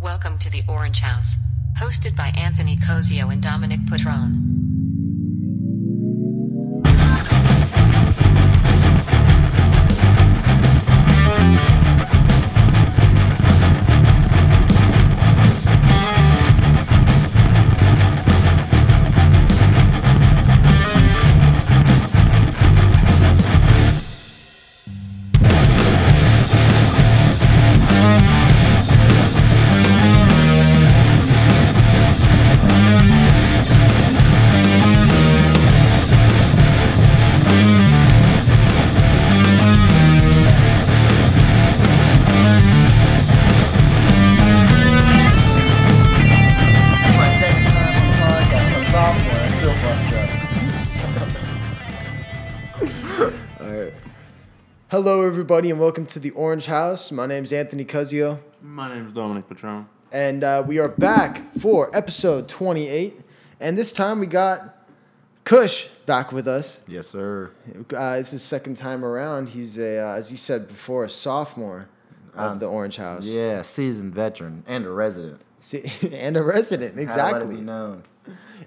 Welcome to the Orange House, hosted by Anthony Cozio and Dominic Patrone. my second time on the podcast, my sophomore, I still fucked up. All right. Hello, everybody, and welcome to the Orange House. My name's Anthony Cuzio, My name is Dominic Patron. and uh, we are back for episode 28. And this time we got Kush back with us. Yes, sir. Uh, it's his second time around. He's, a, uh, as you said before, a sophomore of the Orange House. Yeah, seasoned veteran and a resident. See, and a resident, Gotta let it exactly. be known.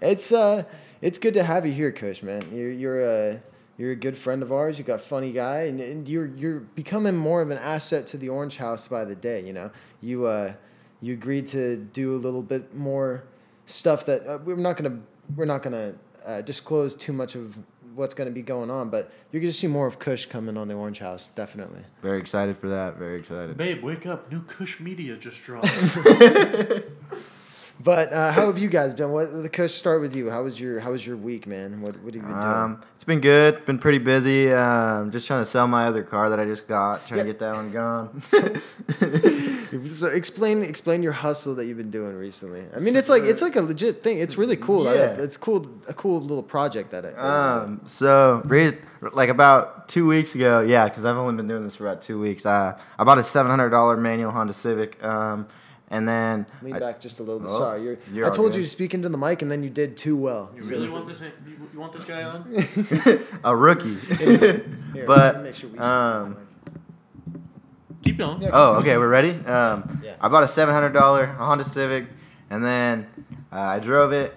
It's uh, it's good to have you here, Kush, man. You're you're a you're a good friend of ours. You got a funny guy, and, and you're you're becoming more of an asset to the Orange House by the day. You know, you uh, you agreed to do a little bit more stuff that uh, we're not gonna we're not gonna uh, disclose too much of what's gonna be going on, but you're gonna see more of Kush coming on the Orange House, definitely. Very excited for that. Very excited. Babe, wake up. New Kush Media just dropped. But uh, how have you guys been? What the Kush start with you? How was your how was your week, man? What what have you been doing? Um, it's been good. Been pretty busy. Um, just trying to sell my other car that I just got. Trying to get that one gone. So explain explain your hustle that you've been doing recently. I mean, it's like it's like a legit thing. It's really cool. I- Yeah. it's cool. A cool little project that it. Um, so re- like about two weeks ago, yeah, because I've only been doing this for about two weeks. I I bought a seven hundred dollar manual Honda Civic. Um, and then Lean I- back just a little bit. Oh, Sorry, you're, you're I all told good. you to speak into the mic, and then you did too well. You really want this? You, you want this guy on? a rookie. Here, but, make sure we- um, Keep going. Yeah. Oh, okay. We're ready. Um, Yeah. I bought a seven hundred dollar Honda Civic, and then uh, I drove it,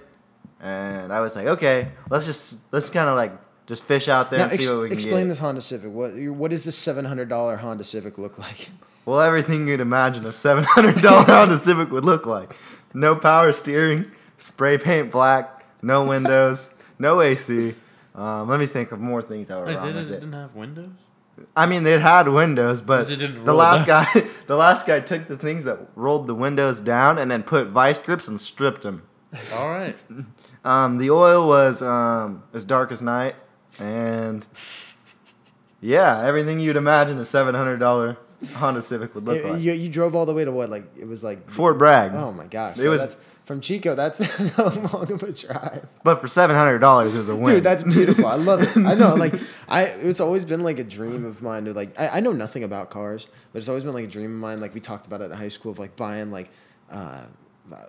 and I was like, okay, let's just let's kind of like just fish out there Now, and ex- see what we can explain get. this Honda Civic. What your- what does this seven hundred dollar Honda Civic look like? Well, everything you'd imagine a seven hundred dollar Honda Civic would look like: no power steering, spray paint black, no windows, no AC. Um, let me think of more things that were Like, wrong they with didn't, it. didn't have windows? I mean, it had windows, but But it didn't the roll last down. guy, the last guy took the things that rolled the windows down and then put vice grips and stripped them. All right. Um, the oil was um, as dark as night, and yeah, everything you'd imagine a seven hundred dollar Honda Civic would look You- like. you, you drove all the way to what? Like it was like. Fort Bragg, Oh my gosh! It so was- that's, from Chico. That's how long of a drive. but for seven hundred dollars, it was a win. Dude, that's beautiful. I love it. I know, like I it's always been like a dream of mine to like I, I know nothing about cars, but it's always been like a dream of mine. Like we talked about it in high school of like buying like uh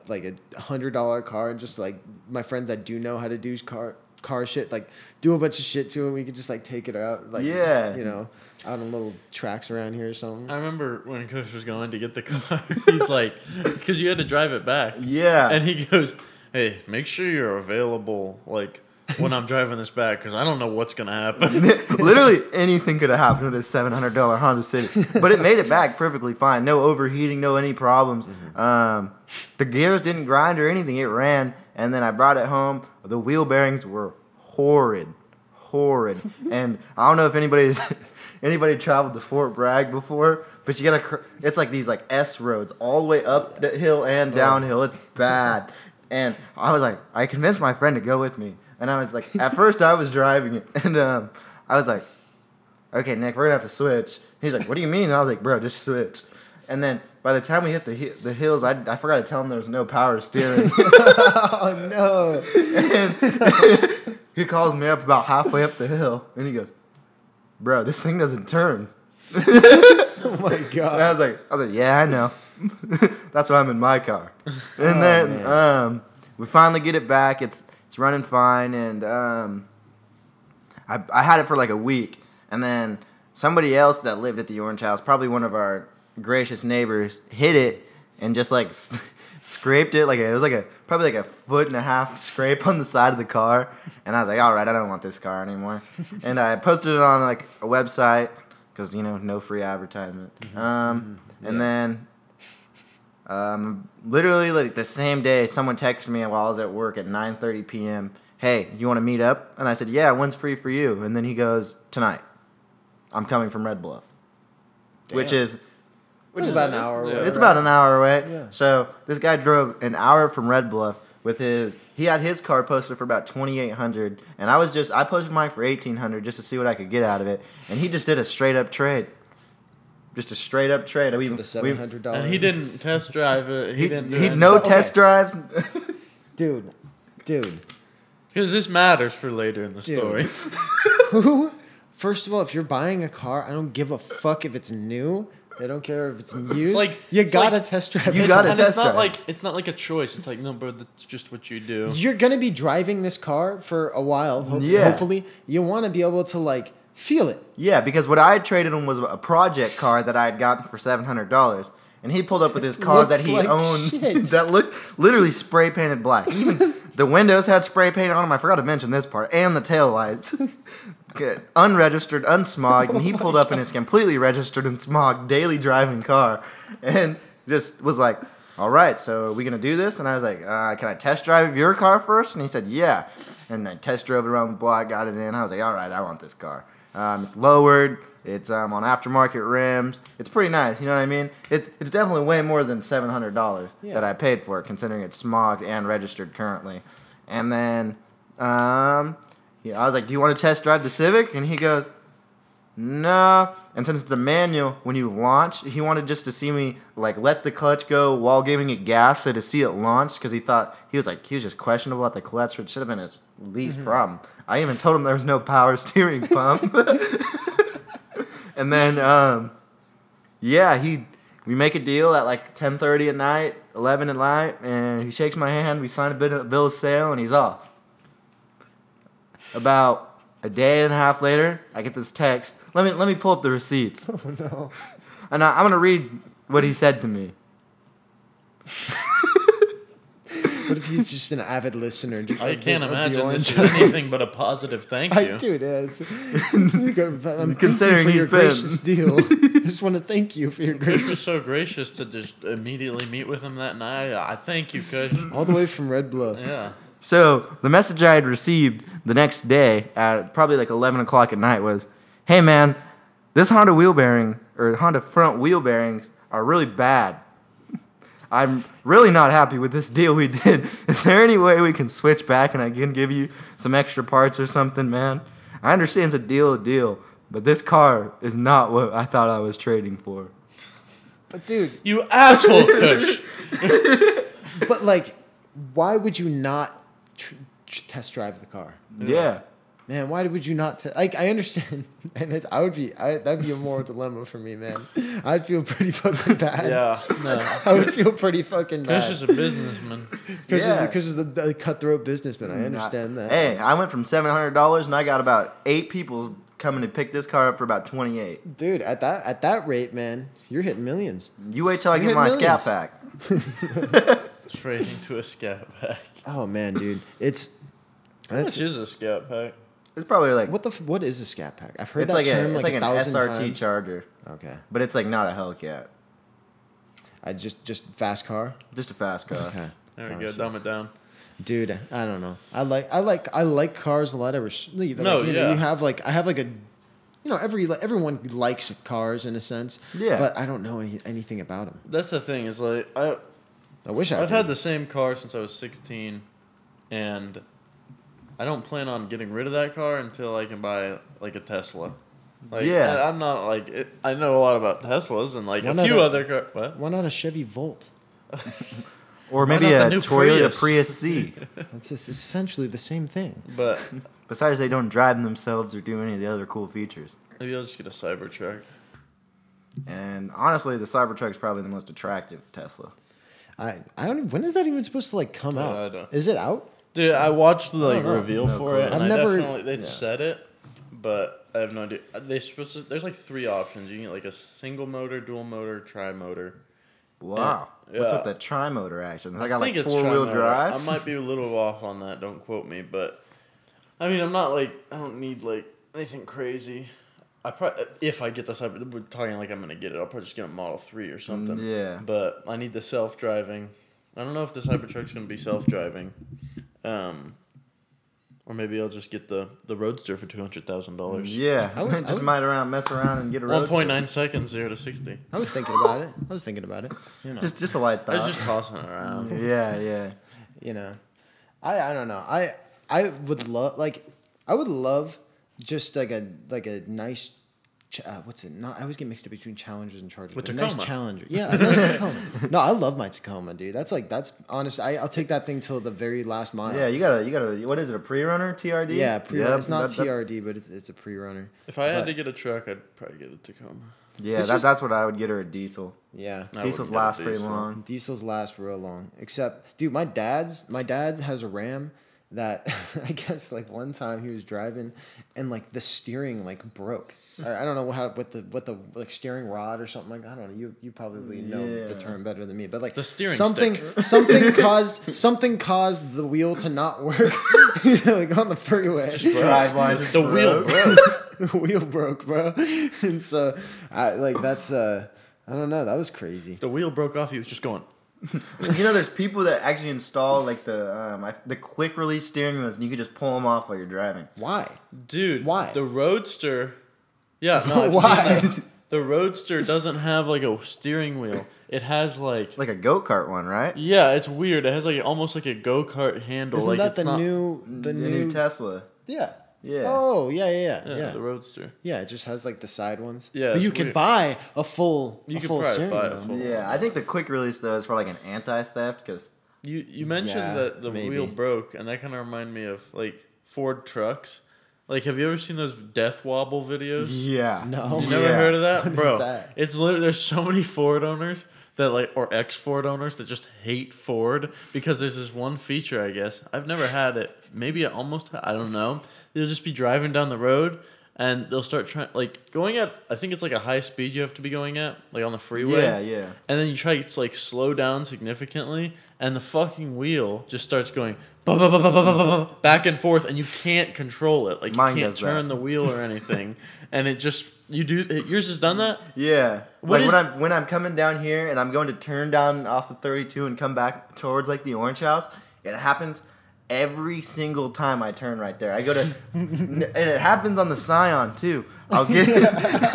like a hundred dollar car and just like my friends that do know how to do car car shit, like do a bunch of shit to it. We could just like take it out like Yeah. you know, out on little tracks around here or something. I remember when Kush was going to get the car, he's like, because you had to drive it back. Yeah. And he goes, hey, make sure you're available, like, when I'm driving this back, because I don't know what's going to happen. Literally anything could have happened with this seven hundred dollar Honda Civic, but it made it back perfectly fine. No overheating, no any problems. Um, the gears didn't grind or anything. It ran, and then I brought it home. The wheel bearings were horrid, horrid. and I don't know if anybody's anybody traveled to Fort Bragg before, but you gotta. cr- It's like these like S roads all the way up the hill and downhill. It's bad. And I was like, I convinced my friend to go with me. And I was like, at first I was driving it, and um, I was like, okay, Nick, we're gonna have to switch. He's like, what do you mean? And I was like, bro, just switch. And then by the time we hit the hi- the hills, I, I forgot to tell him there was no power steering. Oh no. he calls me up about halfway up the hill, and he goes, bro, this thing doesn't turn. Oh my And I was god. like, I was like, yeah, I know. That's why I'm in my car. And then um, we finally get it back. It's it's running fine, and um, I I had it for like a week, and then somebody else that lived at the Orange House, probably one of our gracious neighbors, hit it, and just like s- scraped it like a, it was like a probably like a foot and a half scrape on the side of the car and i was like all right i don't want this car anymore and i posted it on like a website because you know no free advertisement um, and then um, literally like the same day someone texted me while i was at work at 9.30 p.m hey you want to meet up and i said yeah when's free for you and then he goes tonight i'm coming from red bluff which Damn. is Which is about an hour. Yeah. away, it's right? about an hour away. Yeah. So this guy drove an hour from Red Bluff with his. He had his car posted for about twenty eight hundred, and I was just I posted mine for eighteen hundred just to see what I could get out of it, and he just did a straight up trade. Just a straight up trade. I mean, the seven hundred dollars. And he didn't test drive it. He, He, didn't. he, Do he anything. no Okay. test drives. dude, dude. Because this matters for later in the Dude. story. Who? First of all, if you're buying a car, I don't give a fuck if it's new. I don't care if it's used. like- you it's gotta like- test drive. You it. gotta and it's test not drive. like it's not like a choice. It's like no, bro. That's just what you do. You're gonna be driving this car for a while. Ho- Yeah. Hopefully, you want to be able to like feel it. yeah, because what I had traded him was a project car that I had gotten for seven hundred dollars. And he pulled up with his car Looked that he like owned shit. that looked literally spray painted black. Even the windows had spray paint on them. I forgot to mention this part. And the tail lights. Good. Unregistered, unsmogged, and he pulled up in his completely registered and smogged daily driving car and just was like, All right, so are we going to do this? And I was like, uh, Can I test drive your car first? And he said, Yeah. And I test drove it around the block, got it in. I was like, All right, I want this car. Um, it's lowered, it's um, on aftermarket rims. It's pretty nice, you know what I mean? It, it's definitely way more than $700 Yeah. that I paid for it, considering it's smogged and registered currently. And then um, yeah, I was like, "Do you want to test drive the Civic?" And he goes, "No." And since it's a manual, when you launch, he wanted just to see me like let the clutch go while giving it gas, so to see it launch, because he thought he was like he was just questionable at the clutch, which should have been his least problem. I even told him there was no power steering pump. and then um, yeah, he we make a deal at like ten thirty at night, eleven at night, and he shakes my hand. We sign a bit of bill of sale, and he's off. About a day and a half later, I get this text. Let me let me pull up the receipts, Oh no. and I, I'm gonna read what he said to me. What if he's just an avid listener? And just I like, can't of the imagine this is orange- anything but a positive thank you. I, dude, yeah, it's, it's like a- I'm Considering considering you he's for your been- gracious deal. I just want to thank you for your Kush gracious was so gracious to just immediately meet with him that night. I thank you, Kush. all the way from Red Bluff. Yeah. So the message I had received the next day at probably like eleven o'clock at night was, "Hey man, this Honda wheel bearing or Honda front wheel bearings are really bad. I'm really not happy with this deal we did. Is there any way we can switch back and I can give you some extra parts or something, man? I understand it's a deal, a deal, but this car is not what I thought I was trading for." But dude, You asshole, Kush. but like, why would you not tr- tr- test drive the car? Yeah. Man, why would you not? T- like, I understand, and it's, I would be, I, that'd be a moral dilemma for me, man. I'd feel pretty fucking bad. Yeah. No. I would feel pretty fucking Kush bad. is a businessman. Kush is, Yeah. a, Kush is a, a cutthroat businessman. I understand that. Hey, I went from seven hundred dollars and I got about eight people coming to pick this car up for about twenty eight. dude, at that at that rate, man, you're hitting millions. You wait till I You get hit my millions. scat pack. Trading to a scout pack. Oh man, dude, it's How that's, much is a scout pack? It's probably like what the f- what is a scat pack? I've heard it's that like, term a, it's like, like, a an thousand SRT times. Charger, okay, but it's like not a Hellcat, I just just fast car. just a fast car. Okay. Oh, There we go. Gotcha. Dumb it down. Dude, I don't know. I like I like I like cars a lot. Ever no, like, No, you, know, yeah. you have like I have like a, you know, every like, everyone likes cars in a sense. Yeah. But I don't know any, anything about them. That's the thing. Is like I, I wish I. I've had did. the same car since I was 16, and I don't plan on getting rid of that car until I can buy like a Tesla. Like, Yeah. and I'm not like it, I know a lot about Teslas and like Why a not few a- other car. What? Why not a Chevy Volt? Or Why maybe not a the new Toyota Prius? Prius. C. That's just essentially the same thing. But Besides, they don't drive themselves or do any of the other cool features. maybe I'll just get a Cybertruck. And honestly, the Cybertruck's probably the most attractive Tesla. I I don't. When is that even supposed to like come Yeah, out? Uh, I don't- Is it out? Dude, I watched the like know. reveal No for clue. it, and I've i never- definitely they yeah. said it, but I have no idea. They supposed to, there's like three options. You can get like a single motor, dual motor, tri motor, Wow. What's Yeah. with that tri motor action? I got think like it's four wheel tri-motor. drive. I might be a little off on that. Don't quote me, but I mean, I'm not like I don't need like anything crazy. I probably if I get this, I- we're talking like I'm gonna get it. I'll probably just get a Model Three or something. Mm, yeah. But I need the self driving. I don't know if this Hypertruck's gonna be self driving, um, or maybe I'll just get the the Roadster for two hundred thousand dollars. Yeah, I would- I just would- might around, mess around, and get a One roadster. point nine seconds, zero to sixty. I was thinking about it. I was thinking about it. You know, Just, just a light I thought. was just tossing it around. yeah, yeah. you know, I I don't know. I I would love like I would love just like a like a nice. Ch- uh, what's it? Not I always get mixed up between Challengers and Chargers. With but a nice Tacoma. Challenger, yeah. a nice Tacoma. No, I love my Tacoma, dude. That's like that's honest. I, I'll take that thing till the very last mile. Yeah, you gotta, you gotta. What is it? A pre-runner TRD? yeah. Pre- Yep, it's not that- that- TRD, but it's, it's a pre-runner. If I had But- to get a truck, I'd probably get a Tacoma. yeah, It's that, just- that's what I would get her a diesel. Yeah. I Diesels wouldn't get a last pretty diesel. long. Um, Diesels last real long. Except, dude, my dad's my dad has a Ram that I guess like one time he was driving and like the steering like broke. Or I don't know how what the what the like steering rod or something like that. I don't know. You you probably know the Yeah. term better than me, but like The steering something something caused something caused the wheel to not work you know, like on the freeway. Driveline The, just the wheel broke. broke. the wheel broke, bro. And so I like that's uh I don't know, that was crazy. The wheel broke off. He was just going. you know, there's people that actually install like the um, I, the quick release steering wheels, and you can just pull them off while you're driving. Why? Dude, Why? The Roadster. Yeah, no, I've Why? seen that. The Roadster doesn't have like a steering wheel. It has like, Like a go kart one, right? yeah, it's weird. It has like almost like a go kart handle. Isn't like that it's the not, new the, The new, new Tesla. Yeah. Yeah. Oh yeah yeah yeah Yeah, yeah. the Roadster. Yeah, it just has like the side ones. Yeah, but you it's can weird. buy a full. You a could full probably steering buy a wheel. full- Yeah, I think the quick release though is for like an anti-theft because You you mentioned Yeah, that the wheel maybe. broke, and that kind of reminded me of like Ford trucks. Like, have you ever seen those death wobble videos? yeah, No. You never Oh, Yeah. heard of that, What is bro? that? It's literally there's so many Ford owners that like or ex Ford owners that just hate Ford because there's this one feature. I guess I've never had it. Maybe I almost I don't know. They'll just be driving down the road and they'll start trying like going at I think it's like a high speed you have to be going at like on the freeway. Yeah, yeah. And then you try to like slow down significantly, and the fucking wheel just starts going ba- ba- ba- ba- ba- ba- ba- ba- back and forth, and you can't control it. Like you Mine can't does that. turn the wheel or anything, and it just you do it, yours has done that. Yeah. What like is- when I'm when I'm coming down here and I'm going to turn down off of 32 and come back towards like the orange house, it happens every single time I turn right there. I go to and it happens on the Scion too. I'll get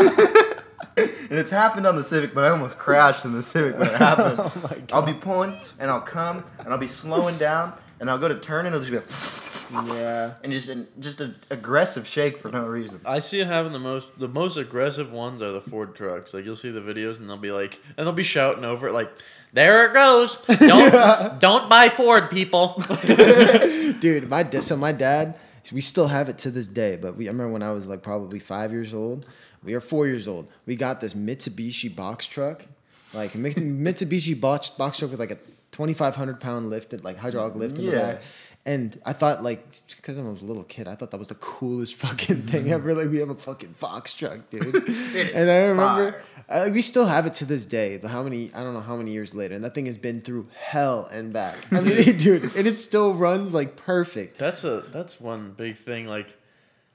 And it's happened on the Civic, but I almost crashed in the Civic when it happened. Oh my God. I'll be pulling and I'll come and I'll be slowing down and I'll go to turn and it'll just be like, Yeah. and just an, just an aggressive shake for no reason. I see it having the most the most aggressive ones are the Ford trucks. Like you'll see the videos and they'll be like and they'll be shouting over it like there it goes. Don't don't buy Ford people. Dude, my da- so my dad, we still have it to this day. But we I remember when I was like probably five years old, we are four years old. We got this Mitsubishi box truck, like Mi- Mitsubishi box box truck with like a twenty five hundred pound lift, like hydraulic lift in Yeah. the back. And I thought, like, because I was a little kid, I thought that was the coolest fucking thing ever. Like, we have a fucking box truck, dude. is and I remember, fire. I, we still have it to this day. The How many? I don't know how many years later, and that thing has been through hell and back. I mean, dude, and it still runs like perfect. That's a that's one big thing. Like,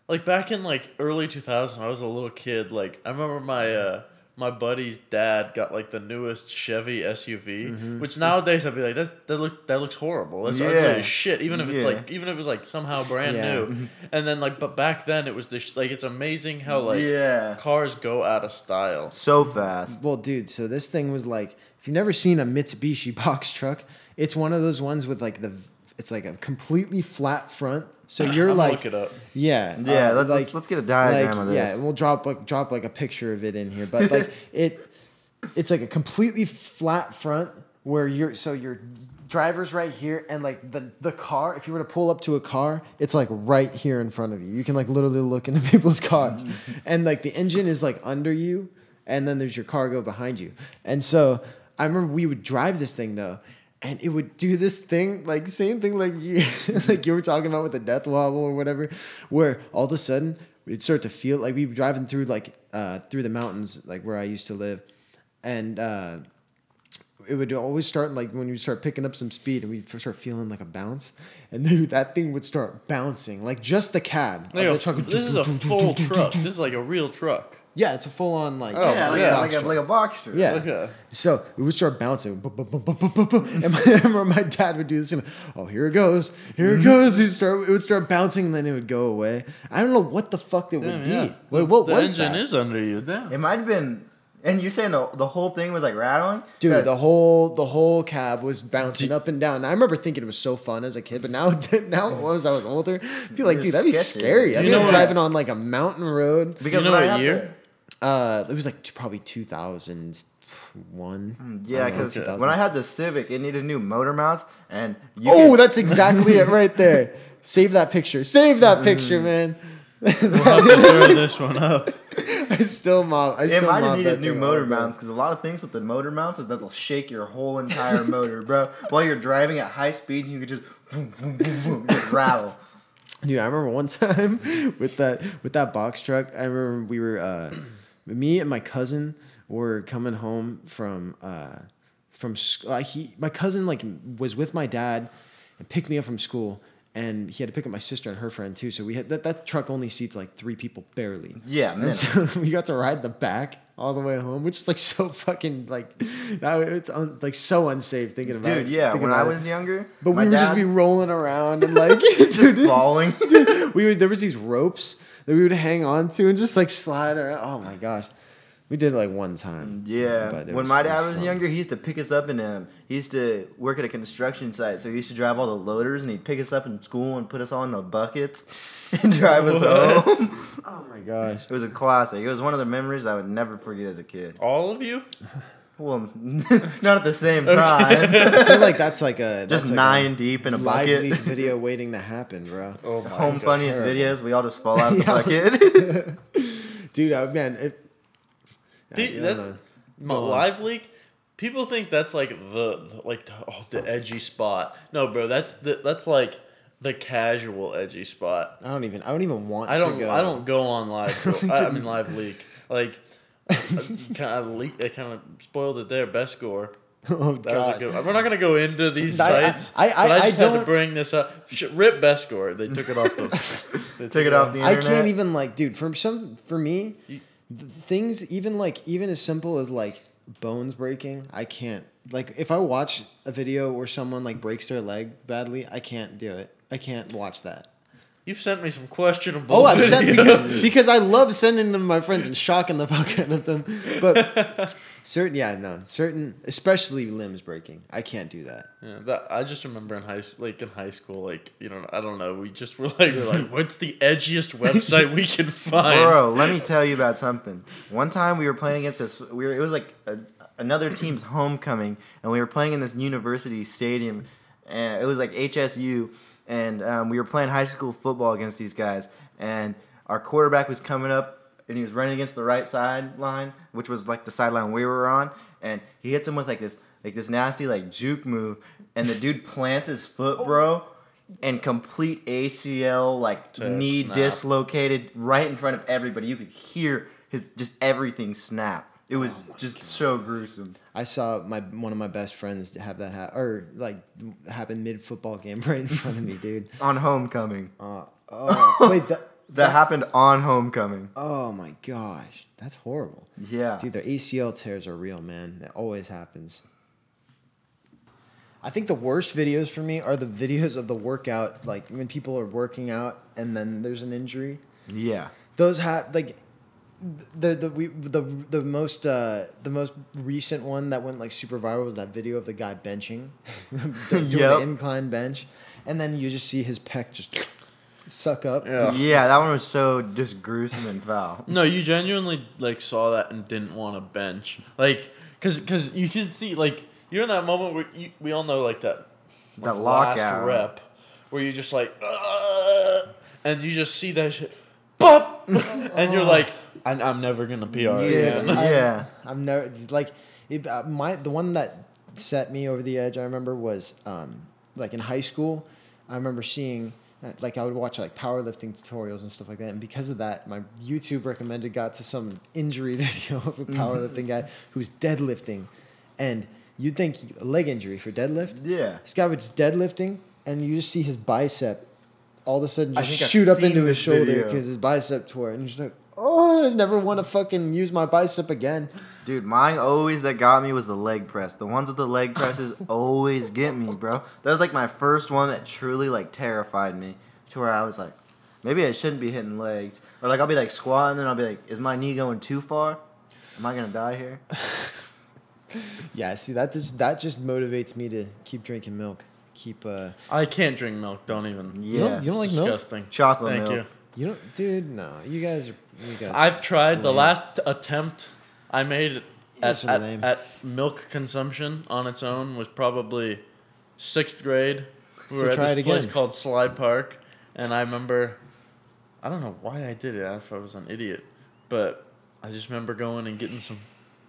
like back in like early 2000, I was a little kid. Like I remember my uh my buddy's dad got like the newest Chevy SUV, which nowadays I'd be like that that look that looks horrible. That's Yeah. ugly as shit. Even if it's Yeah. like even if it's like somehow brand Yeah. new. And then like but back then it was this like it's amazing how like Yeah. cars go out of style. So fast. Well, dude, so this thing was like, if you've never seen a Mitsubishi box truck, it's one of those ones with like the, it's like a completely flat front. So you're I'm gonna like, look it up. yeah, Yeah, uh, let's, let's, let's get a diagram like, of this. Yeah, we'll drop like drop like a picture of it in here, but like it, it's like a completely flat front where you're so your driver's right here, and like the the car. If you were to pull up to a car, it's like right here in front of you. You can like literally look into people's cars, and like the engine is like under you, and then there's your cargo behind you. And so I remember we would drive this thing though. And it would do this thing, like same thing, like you, like you were talking about with the death wobble or whatever, where all of a sudden we'd start to feel like we'd be driving through like uh, through the mountains, like where I used to live, and uh, it would always start like when you start picking up some speed and we start feeling like a bounce, and then that thing would start bouncing like just the cab. Like of a, the truck would- this is a full truck. This is like a real truck. yeah, it's a full on like Oh, yeah, like, yeah. A, like, a, like a box truck. yeah. Like a- So it would start bouncing, bu- bu- bu- bu- bu- bu- bu- and my, I remember my dad would do this. And, oh, here it goes, here Mm-hmm. it goes. It start, it would start bouncing, and then it would go away. I don't know what the fuck it would Damn, be. yeah. Like, what the was engine that? is under you. Damn. It might have been. And you saying the, the whole thing was like rattling, Dude, 'Cause- the whole the whole cab was bouncing up and down. And I remember thinking it was so fun as a kid, but now now as I was older, I feel like, was dude, that'd be sketchy. scary. You I'd know be what- driving on like a mountain road. because You know when I what got year? there- Uh, it was like t- probably two thousand one. Mm, Yeah, because okay. when I had the Civic, it needed new motor mounts, and you Oh, could- that's exactly it right there. Save that picture. Save that picture, Mm. man. I'll have to throw this one up. I still mob. I it still might have mob needed that new thing motor all day. mounts because a lot of things with the motor mounts is that'll shake your whole entire motor, bro. While you're driving at high speeds, you could just boom, boom, boom, boom, just rattle. Dude, I remember one time with that with that box truck. I remember we were uh, me and my cousin were coming home from uh, from sc- uh, he my cousin like was with my dad and picked me up from school and he had to pick up my sister and her friend too. So we had that that truck only seats like three people barely. Yeah, man. And so we got to ride the back all the way home, which is like so fucking like now it's un, like so unsafe thinking about it. Dude, yeah. thinking When I about it. was younger, But my we would just dad be rolling around and like dude, falling. we would there was these ropes that we would hang on to and just like slide around. Oh my gosh. We did it like one time. Yeah, But it when my it dad was fun. younger, he used to pick us up and um, he used to work at a construction site. So he used to drive all the loaders and he'd pick us up in school and put us all in the buckets and drive us What? home. Oh my gosh. It was a classic. It was one of the memories I would never forget as a kid. All of you? Well, not at the same time. I feel like that's like a Just that's like nine deep in a a live bucket. leak video waiting to happen, bro. Oh my Home funniest terrible. videos. We all just fall out of the Yeah. bucket. Dude, I, man, it, The- Yeah, that- no. my live leak. People think that's like the, the- like the, oh, the edgy spot. No, bro, that's the that's like the casual edgy spot. I don't even I don't even want I don't to go. I don't go on live. Goal. I, I mean live leak. Like kind of leak. I kind of spoiled it there. Best score. Oh That was god. a good We're not gonna go into these I- I- sites. I- I- but I I just had to don't- bring this up. Sh- Rip best score. They took it off the. they Took it off the I internet. can't even like, dude. For some, for me, You- th- things even like even as simple as like bones breaking, I can't. Like if I watch a video where someone like breaks their leg badly, I can't do it. I can't watch that. You've sent me some questionable. Oh, I'm upset videos. because because I love sending them to my friends and shocking the fuck out of them. But certain, yeah, no, certain, especially limbs breaking, I can't do that. Yeah, that I just remember in high s- like in high school, like you know, I don't know, we just were like, we're like, what's the edgiest website we can find? Bro, let me tell you about something. One time we were playing against this. We were, it was like a, another team's homecoming, and we were playing in this university stadium, and it was like HSU, and um, we were playing high school football against these guys, and our quarterback was coming up. And he was running against the right sideline, which was like the sideline we were on, and he hits him with like this, like this nasty like juke move, and the dude plants his foot, bro, and complete ACL like To knee snap. dis located right in front of everybody. You could hear his just everything snap. It was just so gruesome. I saw my one of my best friends have that ha- or like happen mid football game right in front of me, dude. On homecoming, Uh, oh, wait, that, that happened on homecoming. oh my gosh, that's horrible. Yeah, Dude, their ACL tears are real, man. That always happens. I think the worst videos for me are the videos of the workout, like when people are working out and then there's an injury. yeah. Those have like the the we the the most uh the most recent one that went like super viral was that video of the guy benching, doing Yep. the incline bench, and then you just see his pec just suck up. Yeah. Yeah, that one was so just gruesome and foul. No, you genuinely like saw that and didn't want to bench, like, cause, cause you could see like you're in that moment where you, we all know like that That like, lockout. rep where you just like "Ugh," and you just see that shit, pop, and you're like, I, I'm never gonna PR again. I- Yeah. I'm never like it, uh, my the one that set me over the edge. I remember was um, like in high school. I remember seeing uh, like I would watch like powerlifting tutorials and stuff like that, and because of that, my YouTube Mm-hmm. recommended got to some injury video of a powerlifting guy who was deadlifting, and You'd think leg injury for deadlift. Yeah. This guy was deadlifting, and you just see his bicep all of a sudden I just think I've shoot up seen into his this shoulder video. because his bicep tore. And you're just like, oh, I never want to fucking use my bicep again. Dude, mine always that got me was the leg press. The ones with the leg presses always get me, bro. That was like my first one that truly like terrified me to where I was like, maybe I shouldn't be hitting legs. Or like I'll be like squatting and I'll be like, is my knee going too far? Am I gonna die here? Yeah, see that just that just motivates me to keep drinking milk. Keep uh, I can't drink milk. Don't Yeah. even. you don't, you don't like It's milk? disgusting. Chocolate Thank milk. you. You don't, dude. No, you guys are you guys. I've tried the Lame. last attempt I made guys at, are at, lame. at milk consumption on its own was probably sixth grade. We So were at try this it place again. called Slide Park, and I remember, I don't know why I did it. I if I was an idiot, but I just remember going and getting some.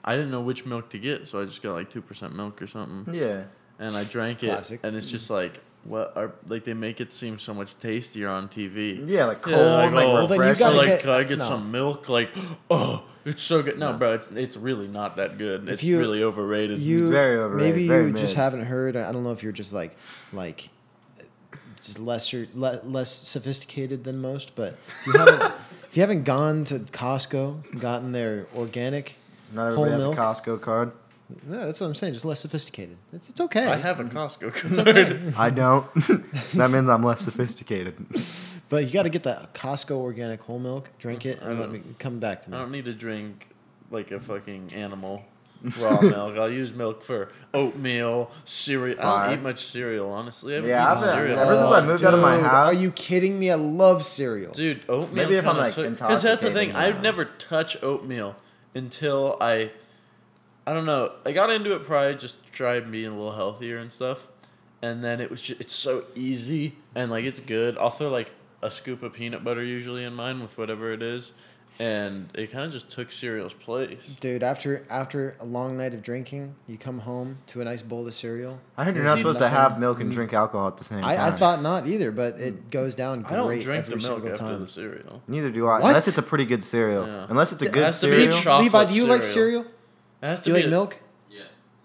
I didn't know which milk to get, so I just got like two percent milk or something, Yeah. and I drank it, Classic. and it's just like what are like they make it seem so much tastier on TV. Yeah, like Yeah, cold, like, like, oh, Well, then you refreshing. Or gotta like, get- can I get no. some milk? Like, oh, it's so good. No, No. bro, it's it's really not that good. It's you- really overrated. you very overrated, maybe very you mid. just haven't heard. I don't know if you're just like like just lesser le- less sophisticated than most, but you haven't if you haven't gone to Costco, gotten their organic. Not whole everybody has milk. a Costco card. No, that's what I'm saying. Just less sophisticated. It's it's okay. I have a Costco card. I don't. that means I'm less sophisticated. But you got to get that Costco organic whole milk, drink it, and let me come back to I me. don't need to drink like a fucking animal raw milk. I'll use milk for oatmeal, cereal. I Fine. don't eat much cereal, honestly. I haven't Yeah, eaten I've been- cereal. ever since I Oh, moved out of my Dude, house- Are you kidding me? I love cereal. Dude, oatmeal Maybe if I'm, kinda like, took because that's the thing. intoxicated I'd now. never touch oatmeal until I, I don't know. I got into it probably just to try being a little healthier and stuff, and then it was just it's so easy and like it's good. I'll throw like a scoop of peanut butter usually in mine with whatever it is, and it kind of just took cereal's place. Dude, after after a long night of drinking, you come home to a nice bowl of cereal. I heard you're not See, supposed to nothing- have Mm. milk and drink alcohol at the same time. I, I thought not either, but it goes down great I don't drink the every milk single after time. the cereal. Neither do I. What? Unless it's a pretty good cereal. Yeah. Unless it's a It good has to be cereal. ch- Chocolate Levi, do you like cereal. cereal? It has to Do you be like a- milk? Yeah.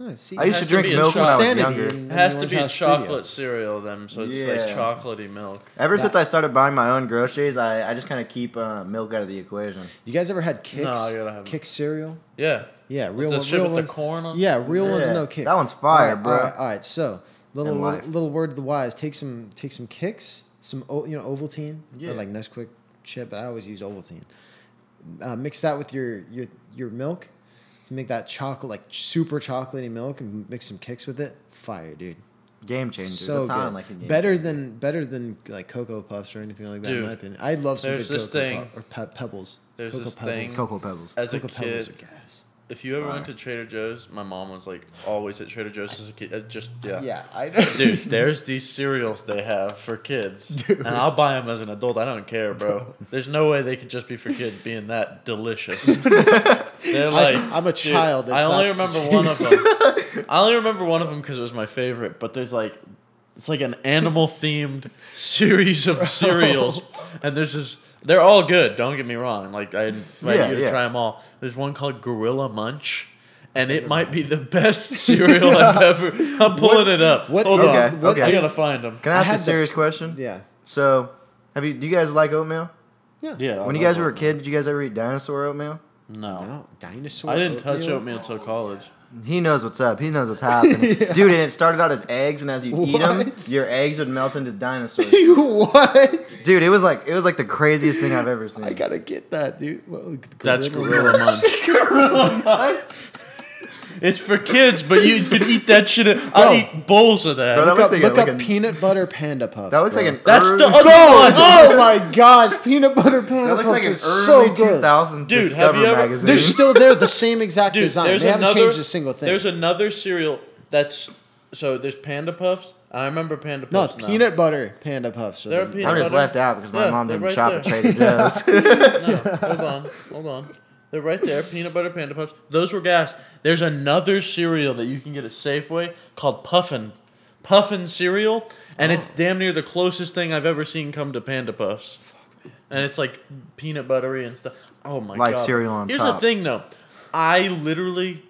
Oh, see, I used has to to drink be a milk when I was Sanity younger. in- in It has the to Orange be House Studio. chocolate cereal then, so it's like Yeah. chocolatey milk. Ever That- since I started buying my own groceries, I, I just kind of keep uh, milk out of the equation. You guys ever had Kix? No, I gotta have- Kix cereal? Yeah. Yeah, real, the one- shit real with the ones. corn on. Yeah, real ones, Yeah, no Kix. that one's fire, All right, bro. All right, all right, so little And little, life. little word to the wise: take some take some Kix, some O- you know Ovaltine Yeah. or like Nesquik chip. But I always use Ovaltine. Uh, mix that with your your your milk. Make that chocolate like super chocolatey milk and mix some Kix with it. Fire, dude. Game changer. so That's how I good. like a game better changer. than better than like cocoa puffs or anything like that. in Dude, my opinion, I love some there's good this cocoa thing- Puff- or pe- pebbles. there's cocoa this pebbles. thing- Cocoa Pebbles. As a cocoa pebbles kid, are gas. If you ever went Fire. to Trader Joe's, my mom was like always at Trader Joe's as a kid. uh, Just yeah. Yeah, I Dude, there's these cereals they have for kids, and I'll buy them as an adult. I don't care, bro. There's no way they could just be for kids being that delicious. They're like, I'm a dude, child if I only that's the remember one of case. them. I only remember one of them because it was my favorite. But there's like, it's like an animal themed series of cereals, and there's this. They're all good. Don't get me wrong. Like I invite Yeah, you to yeah. try them all. There's one called Gorilla Munch. And it might be the best cereal I've ever. I'm pulling it up. what Hold is- on. what I is- gotta find them. Can I I ask had a the- serious question? yeah. So, have you? Do you guys like oatmeal? Yeah. Yeah. when I you guys love were a oatmeal. kid, did you guys ever eat dinosaur oatmeal? no. No, Oh, dinosaur. I didn't touch oatmeal until college. He knows what's up. He knows what's happening, dude. And it started out as eggs, and as you eat 'em, eat them, What? your eggs would melt into dinosaurs. You what? dude, it was like it was like the craziest thing I've ever seen. I gotta get that, dude. Well, That's Gorilla Munch. gorilla Munch. It's for kids, but you can eat that shit. I'll eat bowls of that. Bro, that Look up, looks like a- look like up a- peanut butter panda puff. that looks bro. like an. That's early, the other one. Oh my gosh, peanut butter panda. That looks like an puffs are so early good. 2000s Dude, have Discover you ever- magazine. They're still there, the same exact Dude, design. there's They haven't another, changed a single thing. There's another cereal that's so there's Panda Puffs. I remember Panda no, Puffs. it's now. peanut butter panda puffs. are They're the- peanut I'm just butter. left out because my Yeah, mom they're didn't right shop there. at Trader Joe's. No, hold on, hold on. They're right there. Peanut butter Panda Puffs. Those were gas. There's another cereal that you can get at Safeway called Puffin, Puffin cereal, and Oh. it's damn near the closest thing I've ever seen come to Panda Puffs. And it's like peanut buttery and stuff. Oh my Like god! cereal on Here's top. the thing, though. I literally,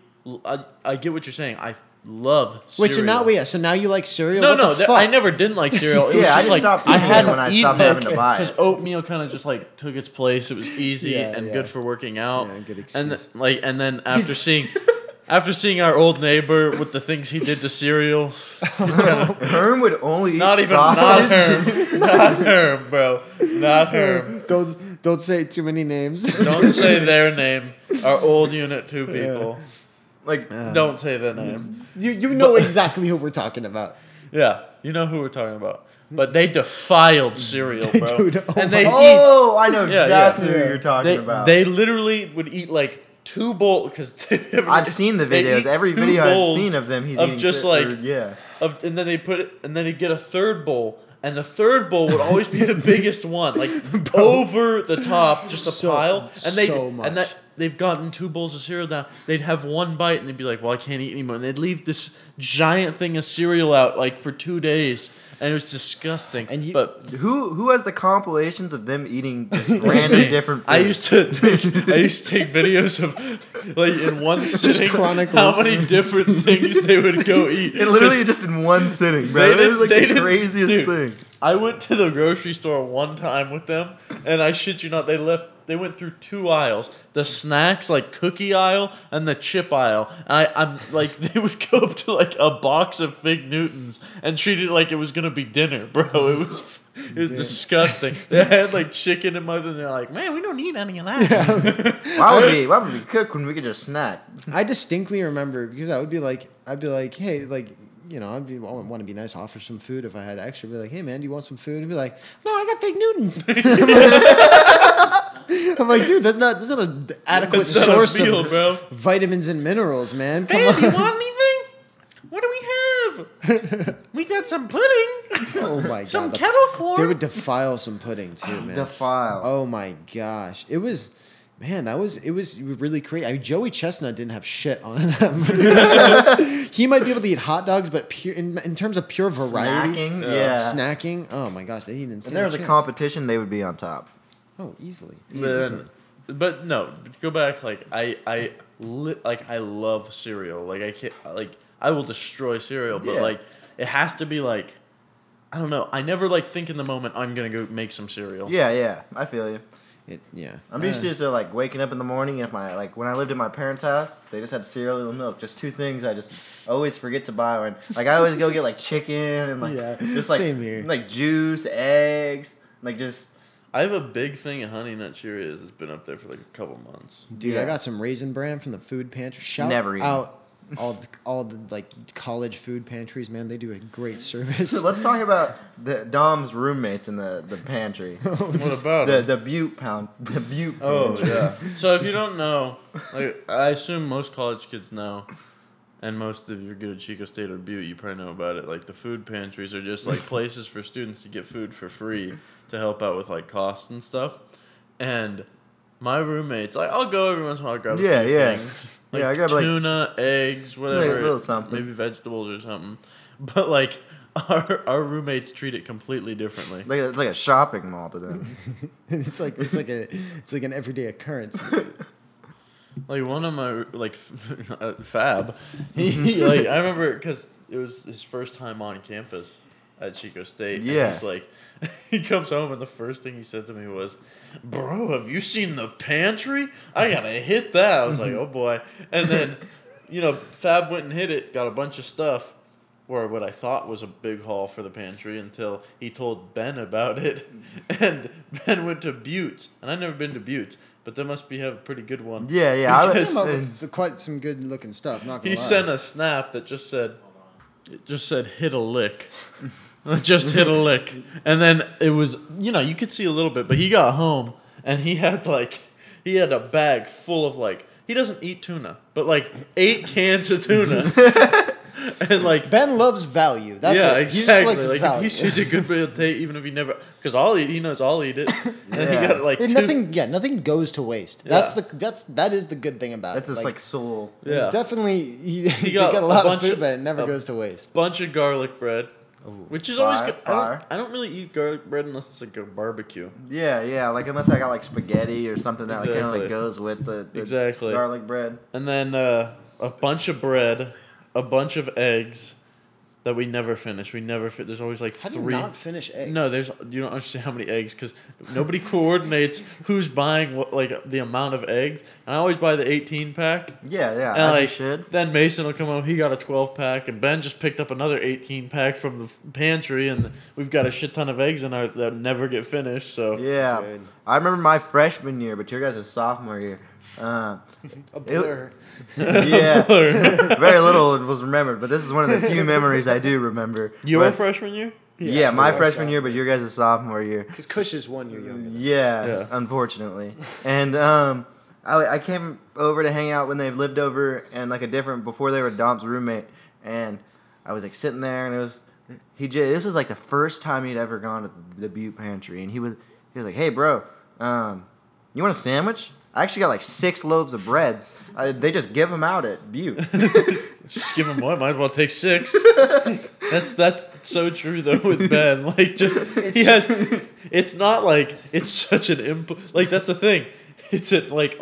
I, I get what you're saying. I love cereal. Wait, so now, yeah, so now you like cereal? No, What the no, th- fuck? I never didn't like cereal. It Yeah, I was just just like stopped I eating had it when I stopped having to buy it. because oatmeal kind of just like took its place. It was easy Yeah, and yeah. good for working out. Yeah, good And excuse. th- like, and then after seeing, after seeing our old neighbor with the things he did to cereal, Herm would only eat not even sausage. not her, not her, bro, not her. Don't don't say too many names. Don't say their name. Our old unit two people. Like Don't say their name. you you know exactly who we're talking about. Yeah, you know who we're talking about. But they defiled cereal, bro, Dude, oh and they eat Oh, I know Yeah, exactly yeah. who you're talking they, about. they literally would eat like two bowls because I've seen the videos. Every video I've seen of them, he's of eating just shit, like or- yeah. of, and then they put it, and then he'd get a third bowl, and the third bowl would always be the biggest one, like over the top, just a So- pile, and they so much. and that. They've gotten two bowls of cereal down. They'd have one bite and they'd be like, "Well, I can't eat anymore." And they'd leave this giant thing of cereal out like for two days, and it was disgusting. And you- but Who who has the compilations of them eating just random Hey, different? I foods? used to take, I used to take videos of like in one sitting chronicles. how many different things they would go eat. It literally just in one sitting, bro. did- It was like they the did- craziest dude. thing. I went to the grocery store one time with them, and I shit you not, they left. They went through two aisles: the snacks, like cookie aisle, and the chip aisle. And I, I'm like, they would go up to like a box of Fig Newtons and treat it like it was gonna be dinner, bro. It was. It was disgusting. They had like chicken and mother, and they're like, "Man, we don't need any of that." Why would we? Why would we cook when we could just snack? I distinctly remember because I would be like, I'd be like, hey, like, you know, I'd be, I want to be nice, offer some food if I had extra. Be like, hey, man, do you want some food? And be like, no, I got fake Newtons. I'm, like, I'm like, dude, that's not that's not an adequate That's not a source meal, of bro. vitamins and minerals, man. Come Babe, on. you want anything? What do we have? we got some pudding, oh my some god, the- kettle corn. they would defile some pudding too, man. Defile. Oh my gosh, it was. Man, that was it was really crazy. I mean, Joey Chestnut didn't have shit on him. he might be able to eat hot dogs, but pure, in, in terms of pure Oh, variety, uh, Snacking, Yeah. yeah. snacking. Oh my gosh, they didn't. If there was a competition, they would be on top. Oh, easily. Then, but no, go back. Like I, I li- like I love cereal. Like I can't. Like I will destroy cereal. But Yeah. like it has to be like, I don't know. I never like think in the moment. I'm gonna go make some cereal. Oh. Yeah, yeah, I feel you. It, yeah. I'm used Uh, to just uh, like waking up in the morning. And if my like when I lived at my parents' house, they just had cereal and milk. Just two things I just always forget to buy. When like I always go get like chicken and like Yeah, just like same here. like juice, eggs, like just I have a big thing of Honey Nut Cheerios. It's been up there for like a couple months. dude. I yeah. got some raisin bran from the food pantry. Shout Never eaten. out all the, all the like college food pantries, man. They do a great service. So let's talk about the Dom's roommates in the, the pantry. What about the it? the butte pound the butte. Oh pantry. yeah. So if you don't know, like I assume most college kids know, and most of you go to Chico State or Butte, you probably know about it. Like the food pantries are just like places for students to get food for free to help out with like costs and stuff. And my roommates, like I'll go every once in a while, I'll grab a Yeah, few yeah. things. Yeah, Like I grab, like- tuna, eggs, whatever. little something. Maybe vegetables or something. But like our our roommates treat it completely differently. Like it's like a shopping mall to them. it's like it's like a it's like an everyday occurrence. like one of my like uh, fab he, he, like i remember because it was his first time on campus at chico state Yeah. and he's like he comes home and the first thing he said to me was bro have you seen the pantry i gotta hit that i was like oh boy and then you know fab went and hit it got a bunch of stuff or what I thought was a big haul for the pantry until he told Ben about it, and Ben went to Buttes, and I've never been to Buttes, but they must be have a pretty good one. Yeah, yeah. I was, Because- Came up with some- quite some good looking stuff. Not gonna He lie. sent a snap that just said, it just said hit a lick, just hit a lick, and then it was you know you could see a little bit, but he got home and he had like he had a bag full of like he doesn't eat tuna, but like eight cans of tuna, and like Ben loves value. That's yeah, it. He just exactly. likes like if value. he sees a good bit of date, even if he never, because I'll eat. He knows I'll eat it. And Yeah. he got like And two. nothing, yeah, nothing goes to waste. That's Yeah. the that's that is the good thing about that's it. just like soul. yeah, definitely, he, he got got, a a lot bunch of food, of- but it never a- goes to waste. bunch of garlic bread, which is always Fire, good. I don't, fire. I don't really eat garlic bread unless it's like a barbecue. Yeah, yeah. Like unless I got like spaghetti or something that like kind of Exactly. like goes with the, the Exactly. garlic bread. And then uh, a bunch of bread, a bunch of eggs that we never finish. We never fi- there's always like How do you three. not finish eggs? No, there's you don't understand how many eggs because nobody coordinates who's buying what like the amount of eggs. And I always buy the 18 pack. Yeah, yeah, And as like, you should. Then Mason will come home. He got a 12 pack, and Ben just picked up another 18 pack from the f- pantry, and we've got a shit ton of eggs in our that never get finished. So Yeah, Dude. I remember my freshman year, but your guys' sophomore year. Uh, a blur. yeah, very little was remembered, but this is one of the few memories I do remember. your But- freshman year, yeah, Yeah, my blur freshman year, but your guys' sophomore year. Because Kush is one year younger. Yeah, Yeah. unfortunately. And um, I, I came over to hang out when they lived over and like a different before they were Dom's roommate, and I was like sitting there and it was he. j- This was like the first time he'd ever gone to the Butte Pantry, and he was he was like, "Hey, bro, um, you want a sandwich?" I actually got like six loaves of bread. I, they just give them out at Butte. just give him one. Might as well take six. that's that's so true though with Ben. Like just he has. It's not like it's such an imp. Like that's the thing. It's a, like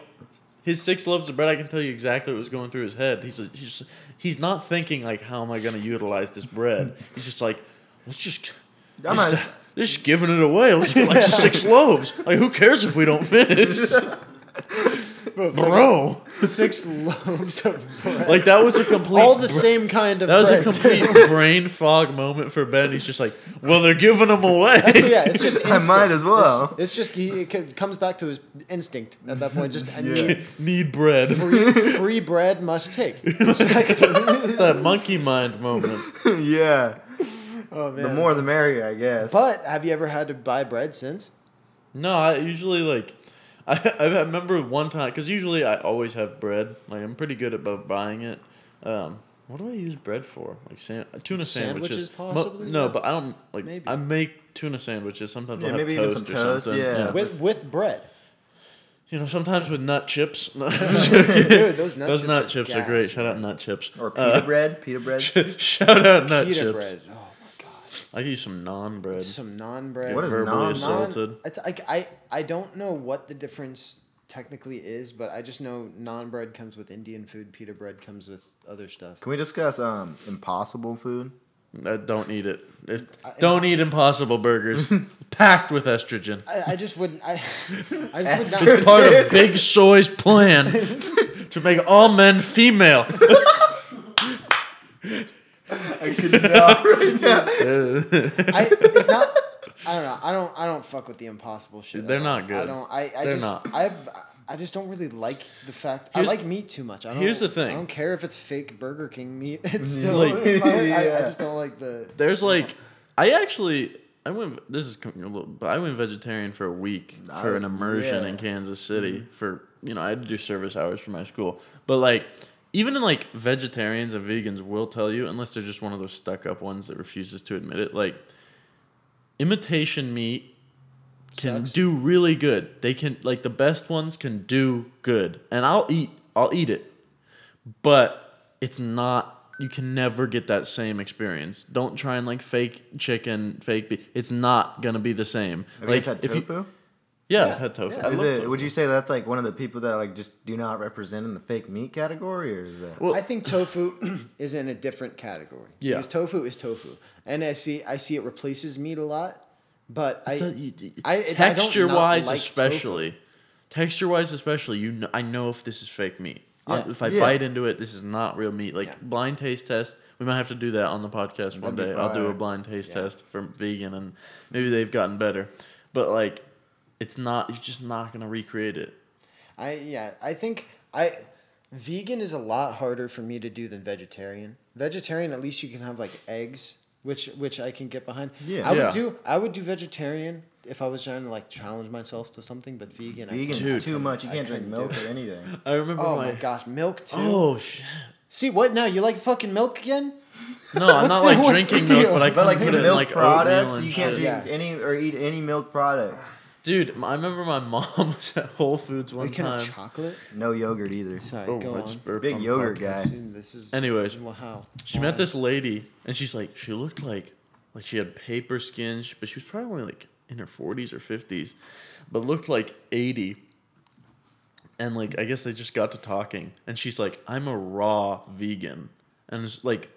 his six loaves of bread. I can tell you exactly what was going through his head. He's a, he's just, he's not thinking like how am I going to utilize this bread. He's just like let's just. I'm let's- not- they're just giving it away. Let's get like six loaves. Like who cares if we don't finish, bro? Mm, Six loaves of bread. Like that was a complete all the br- same kind of That was a bread. complete brain fog moment for Ben. He's just like, well, they're giving them So, away. yeah, it's just. I Instinct. might as well. It's, it's just he, it co- comes back to his instinct at that point. Just I need Need bread. free, free bread must take. Exactly. It's that monkey mind moment. yeah, oh man. the more the merrier, I guess. But have you ever had to buy bread since? No, I usually like, I, I remember one time, because usually I always have bread. Like, I'm pretty good at bu- buying it. Um, what do I use bread for? Like san- tuna sandwiches, Sandwiches, Mo- possibly? no, Yeah. but I don't like. Maybe. I make tuna sandwiches. Sometimes Yeah, I'll have maybe even toast some or toast, something. yeah. With- With with bread. you know, sometimes with nut chips. Dude, those nut Those chips nut are chips are gas, great. Shout out nut chips. or Uh, pita bread, pita bread. Shout out nut Pita chips. bread. Oh my god. I give you some non bread. Some non bread. What is verbally naan? assaulted. It's like I I don't know what the difference technically is, but I just know non bread comes with Indian food, pita bread comes with other stuff. Can we discuss um impossible food? Uh, don't eat it. It- don't eat Impossible Burgers. packed with estrogen. I, I just wouldn't. I, I just would Esther. not. It's part of Big Soy's plan to make all men female. I could not right now. I, it's not. I don't know. I don't. I don't fuck with the impossible shit. at They're all. not good. I don't. I. I They're just. not. I've. I just don't really like the fact. Here's- I like meat too much. I don't, here's the thing. Mm-hmm. I don't care if it's fake Burger King meat. It's still. Like- I, I Yeah. just don't like the. There's like, I actually, I went. This is com- a little, but I went vegetarian for a week for an immersion yeah. in Kansas City for you know I had to do service hours for my school, but like. Even in like vegetarians and vegans will tell you, unless they're just one of those stuck up ones that refuses to admit it, like imitation meat can Sucks. do really good. They can like the best ones can do good. And I'll eat I'll eat it. But it's not you can never get that same experience. Don't try and like fake chicken, fake beef. It's not gonna be the same. Have like you guys had if tofu? yeah, Yeah, I've had tofu. yeah. I is love it, tofu. Would you say that's like one of the people that like just do not represent in the fake meat category, or is that? Well- I think tofu is in a different category. Yeah. Because tofu is tofu, and I see. I see it replaces meat a lot, but I. Th- you- d- I- I don't not texture wise, like especially. Texture wise, especially, you know, I know if this is fake meat. I- Yeah. if I Yeah. bite into it, this is not real meat. Like Yeah. blind taste test, we might have to do that on the podcast one be day. I'll do a fire. blind taste Yeah. test for vegan, and maybe they've gotten better. But like, it's not. You're just not gonna recreate it. I yeah, I think I vegan is a lot harder for me to do than vegetarian. Vegetarian at least you can have like eggs, which which I can get behind. Yeah. I would Yeah. do I would do vegetarian if I was trying to like challenge myself to something, but vegan I Vegan's couldn't- too much. You I can't drink couldn't do milk it. or anything. I remember Oh my. my gosh, milk too. Oh shit! See what now? You like fucking milk again? No, I'm not the- like what's the drinking deal? milk, but I But couldn't like put the it in milk like oatmeal products, and you can't shit. drink Yeah. any or eat any milk products. Dude, I remember my mom was at Whole Foods We one can have time. chocolate. No yogurt either. Sorry, Oh, go I on. just burped Big on the yogurt podcast. guy. Dude, This is Anyways, wow. She met this lady, and she's like, she looked like, like she had paper skin, sh- but she was probably only like in her forties or fifties, but looked like eighty. And like, I guess they just got to talking, and she's like, "I'm a raw vegan," and it's like,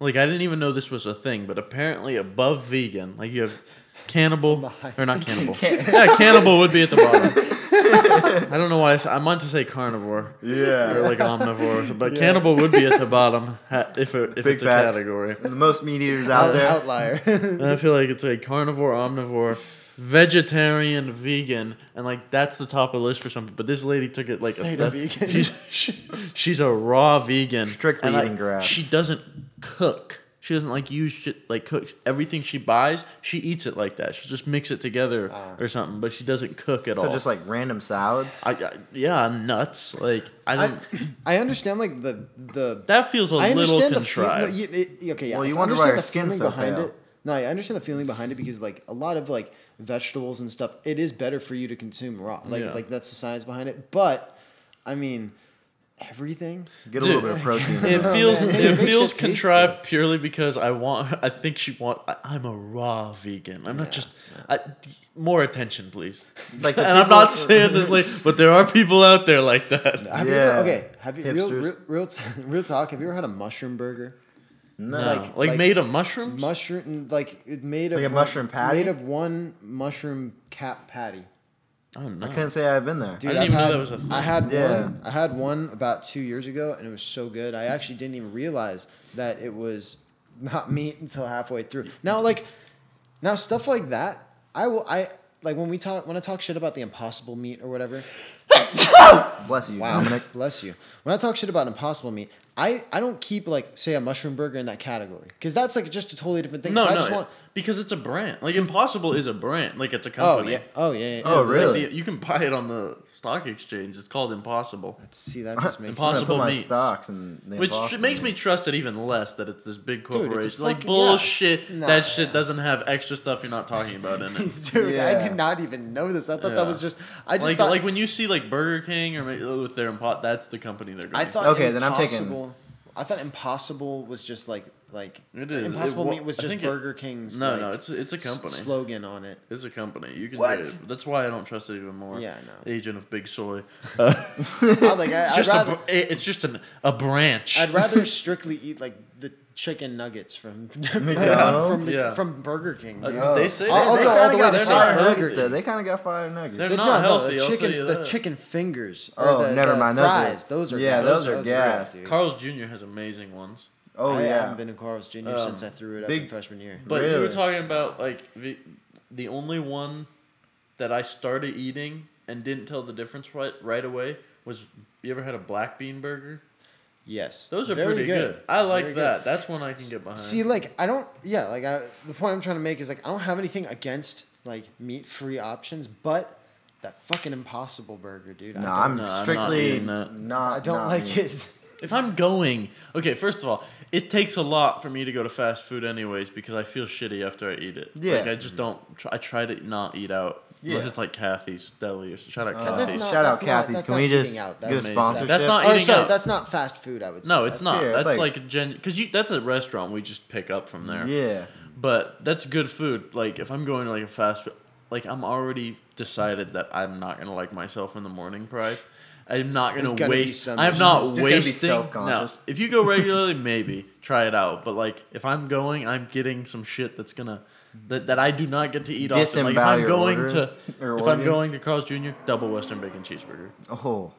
like I didn't even know this was a thing, but apparently above vegan, like you have cannibal or not cannibal, yeah, cannibal would be at the bottom. I don't know why I, s- I meant to say carnivore or Yeah. like omnivore, but cannibal would be at the bottom ha- if, it, if Big it's a facts. category. the most meat eaters out there. outlier. And I feel like it's like carnivore, omnivore, vegetarian, vegan, and like that's the top of the list for something. But this lady took it like a Straight up step. vegan. She's she, she's a raw vegan, Strictly and, like, eating grass. She doesn't cook. She doesn't like use shit like cook. Everything she buys, she eats it like that. She just mix it together or something. But she doesn't cook at So all. just like random salads. I, I yeah, I'm nuts. Like I I, don't. I understand like the the that feels a I little understand the fe- contrived. no, you- it- okay, yeah. Well, you if I wonder why understand our the skin's feeling so behind pale. it. No, I understand the feeling behind it because like a lot of like vegetables and stuff, it is better for you to consume raw. Like Yeah. like that's the science behind it. But I mean, everything. Get a Dude. little bit of protein. in It there. Oh, feels man. it It makes feels it tasty. contrived purely because I want. I think she want. I, I'm a raw vegan. I'm not just. I, more attention, please. like the And I'm not people- saying this like, but there are people out there like that. Have you Yeah. ever, okay, have you real, Hipsters. real real t- real talk? Have you ever had a mushroom burger? No. No, like- like, like- made of mushrooms. Mushroom like it made of Like a one- mushroom patty? made of one mushroom cap patty. I don't I know. can't say I've been there. Dude, I didn't I've even know had, that was a thing. I had Yeah. one. I had one about two years ago, and it was so good. I actually didn't even realize that it was not meat until halfway through. Now, like, now stuff like that, I will. I like when we talk when I talk shit about the impossible meat or whatever. Bless you, Wow, Dominic. bless you. When I talk shit about impossible meat, I I don't keep like say a mushroom burger in that category because that's like just a totally different thing. No, If I no, just want- because it's a brand. Like Impossible is a brand. Like it's a oh company. yeah, oh yeah. yeah. Oh, Like, really? the- you can buy it on the stock exchange. It's called Impossible, See, that just makes I'm sense. gonna Impossible put my meats. stocks in the which Impossible makes me trust it even less that it's this big a corporation. like fucking- yeah. bullshit. Nah, that shit yeah. doesn't have extra stuff you're not talking about in it. Dude, I Yeah. did not even know this. I thought that Yeah. was just. I just like thought like when you see like Burger King or ma- with their pot, that's the company they're going. I thought Okay, okay, then I'm taking- impossible, then I'm taking. I thought impossible was just like like It is. It impossible wa- meat was I just think it- Burger King's. No, like, no, it's it's a s- company. slogan on it. It's a company. You can What? do it. That's why I don't trust it even more. Yeah, I know. Agent of Big Soy. I, like I, It's I'd just a rather br- it- it's just an, a branch. I'd rather strictly eat like the chicken nuggets from McDonald's? from, Yeah. from Burger King. dude. Oh. Uh, They say I'll- I'll they go all the kinda way got to fried Burger nuggets, King. They kind of got fire nuggets. They're But no, not no, healthy. The I'll chicken, tell you the that. chicken fingers. Or Oh, the, never the mind, those are- Fries. Those are yeah, good. those are great, gas. dude. Carl's Jr. has amazing ones. oh I yeah. haven't been in Carl's Jr. since I threw it up big- in freshman year. Um, But you were Really? talking about like the, the only one that I started eating and didn't tell the difference right right away was you ever had a black bean burger? Yes, Those are Very pretty good. I like Very good. that. That's one I can get behind. See, like I don't. Yeah, like I, the point I'm trying to make is like I don't have anything against like meat-free options, but that fucking Impossible Burger, dude. no, I I'm don't, No, I'm not strictly eating that. not. I don't not like eating it. If I'm going, okay, first of all, it takes a lot for me to go to fast food anyways because I feel shitty after I eat it. Yeah. Like I just don't tr- I try to not eat out unless Yeah. it's like Kathy's deli or s- shout out Uh, that's Kathy's. not- shout that's out not- Kathy's. that's Can not we eating just out. get a That's amazing. sponsorship? That's not Or eating sorry, out. that's not fast food. I would. say. no, it's That's- not. yeah, it's that's like- like, a gen cuz you that's a restaurant we just pick up from there. Yeah. But that's good food. Like if I'm going to like a fast food, like I'm already decided that I'm not gonna like myself in the morning pride. I'm not gonna, There's gotta be waste. some- I'm there's not just gotta be wasting. No, self-conscious. if you go regularly, maybe try it out. But like if I'm going, I'm getting some shit that's gonna that, that I do not get to eat often. Like if Disembowel I'm your going order to if or I'm organs. going to Carl's Jr. double Western bacon cheeseburger. Oh.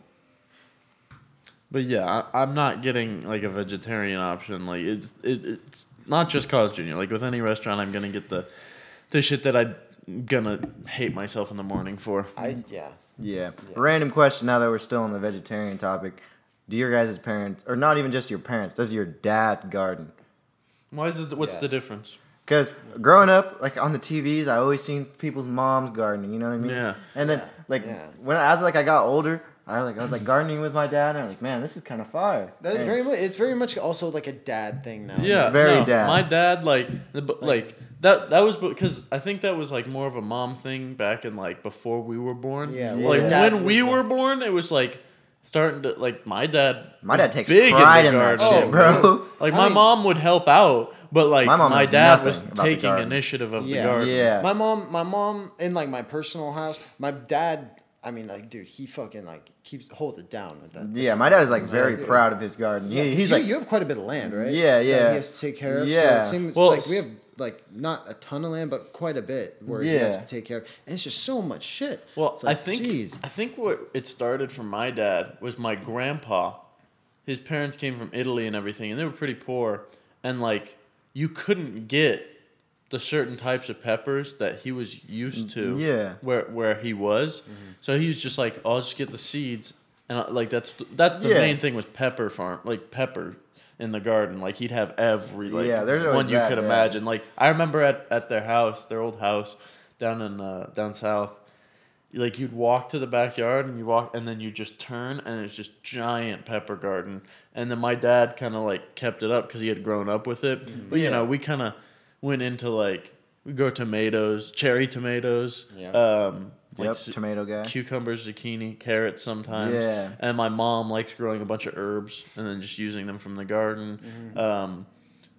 But yeah, I, I'm not getting like a vegetarian option. Like it's it, it's not just Carl's Jr. Like with any restaurant, I'm gonna get the the shit that I'm gonna hate myself in the morning for. I yeah. Yeah. Random question now that we're still on the vegetarian topic. Do your guys' parents, or not even just your parents, does your dad garden? Why is it? What's the Yes. difference? Because growing up, like on the TVs, I always seen people's moms gardening. You know what I mean? Yeah. And then Yeah, like yeah. when as like I got older, I like I was like gardening with my dad, and I'm like, man, this is kind of fire. That is And- very much. It's very much also like a dad thing now. Yeah, Very no, dad. My dad, like, the- but like that. That was because I think that was like more of a mom thing back in like before we were born. Yeah, well, like your dad when was, we like- were born, it was like starting to like my dad. My was dad takes big pride the in that garden. Oh, Oh, shit, bro. Like I my mean- mom would help out, but like My my, mom knows dad nothing was about the taking garden. initiative of yeah. the garden. Yeah. My mom, my mom, in like my personal house, my dad I mean, like, dude, he fucking like keeps holds it down with that. Yeah, my dad is like Like, very dude. proud of his garden. Yeah, He, 'cause he's you, like, you have quite a bit of land, right? Yeah, That yeah. he has to take care of. Yeah. So it seems Well, like we s- have like not a ton of land, but quite a bit where he Yeah. has to take care of, and it's just so much shit. Well, It's like, I think jeez. I think what it started from my dad was my grandpa. His parents came from Italy and everything, and they were pretty poor. And like, you couldn't get the certain types of peppers that he was used to. Mm, yeah. Mm-hmm. Where where he was, so he was just like, "Oh, "I'll just get the seeds," and I, like that's th- that's the Yeah. main thing was pepper farm, like pepper in the garden. Like he'd have every like Yeah, there's always one you that, could yeah. imagine. Like I remember at at their house, their old house down in uh, down south like you'd walk to the backyard and you walk and then you just turn and it's just giant pepper garden and then my dad kind of like kept it up because he had grown up with it but you know we kind of went into like we grow tomatoes cherry tomatoes Yeah. um like yep, zu- tomato guy. cucumbers zucchini carrots sometimes Yeah. and my mom likes growing a bunch of herbs and then just using them from the garden Mm-hmm. um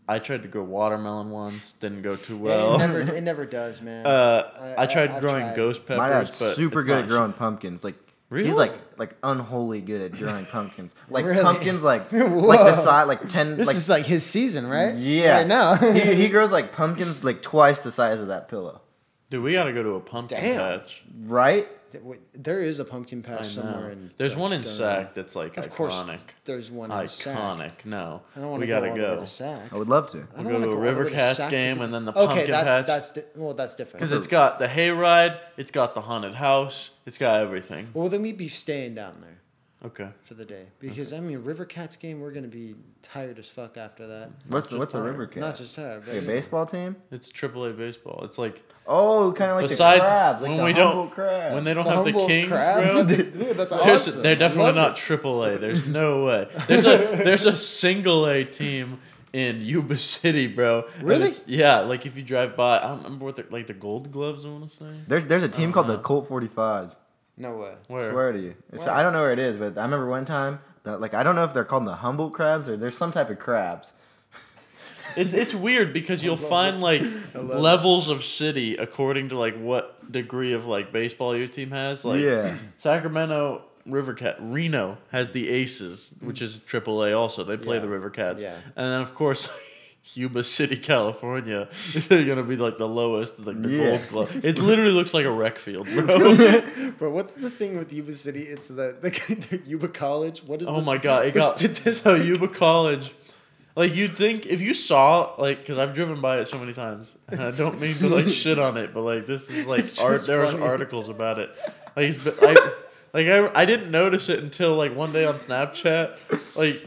i tried to grow watermelon once didn't go too well it never, it never does, man. uh, I, I- tried I've growing tried. ghost peppers. My dad's but super it's good not- at growing pumpkins. Like Really? he's like like unholy good at growing pumpkins. Like Really? pumpkins like like Whoa. the size like ten this like is like his season, right? yeah Right now. he, he grows like pumpkins like twice the size of that pillow. Dude, we gotta go to a pumpkin Damn. patch. Right? Th- wait, there is a pumpkin patch I somewhere. know. In There's one in Dunedin. Sac that's like Of iconic. course, there's one in Sac. iconic. No, I don't want we to go all gotta the way go. to Sac. I would love to. I We'll don't go to wanna a all the way River to Cats Sac to game do- and then the okay, pumpkin that's, patch. That's di- well, that's different. Because it's got the hayride, it's got the haunted house, it's got everything. well, then we'd be staying down there Okay. for the day because I mean, River Cats game, we're gonna be tired as fuck after that. What's the just what's the tired. river cat? Not just that, but like a baseball team? It's AAA baseball. It's like Oh, kinda like besides the crabs, like when the we humble don't crab. when they don't The have the humble kings, crab? bro. Dude, that's There's- awesome. They're I definitely love not it. triple A. There's no way. There's a there's a single A team in Yuba City, bro. And Really? it's- Yeah. Like if you drive by, I don't remember what they're like the Gold Gloves. I want to say. there's there's a team called the Colt forty fives. No way. Where? Swear to you. It's, I don't know where it is, but I remember one time that like I don't know if they're called the Humboldt crabs or there's some type of crabs. It's it's weird because you'll find like levels of city according to like what degree of like baseball your team has. Like Yeah. Sacramento River Cat Reno has the Aces, Mm. which is triple A also. They play Yeah. the River Cats. Yeah. And then of course Yuba City, California is gonna be like the lowest, like the Yeah. gold glove. It literally looks like a rec field, bro. Bro, what's the thing with Yuba City? It's the, the, the Yuba College. What is? Oh this- my god, it the got so statistic? Yuba College. Like you'd think if you saw like because I've driven by it so many times, and I don't mean to like shit on it, but like this is like It's art. just There was funny. articles about it. Like it's been, I, like I, I didn't notice it until like one day on Snapchat. Like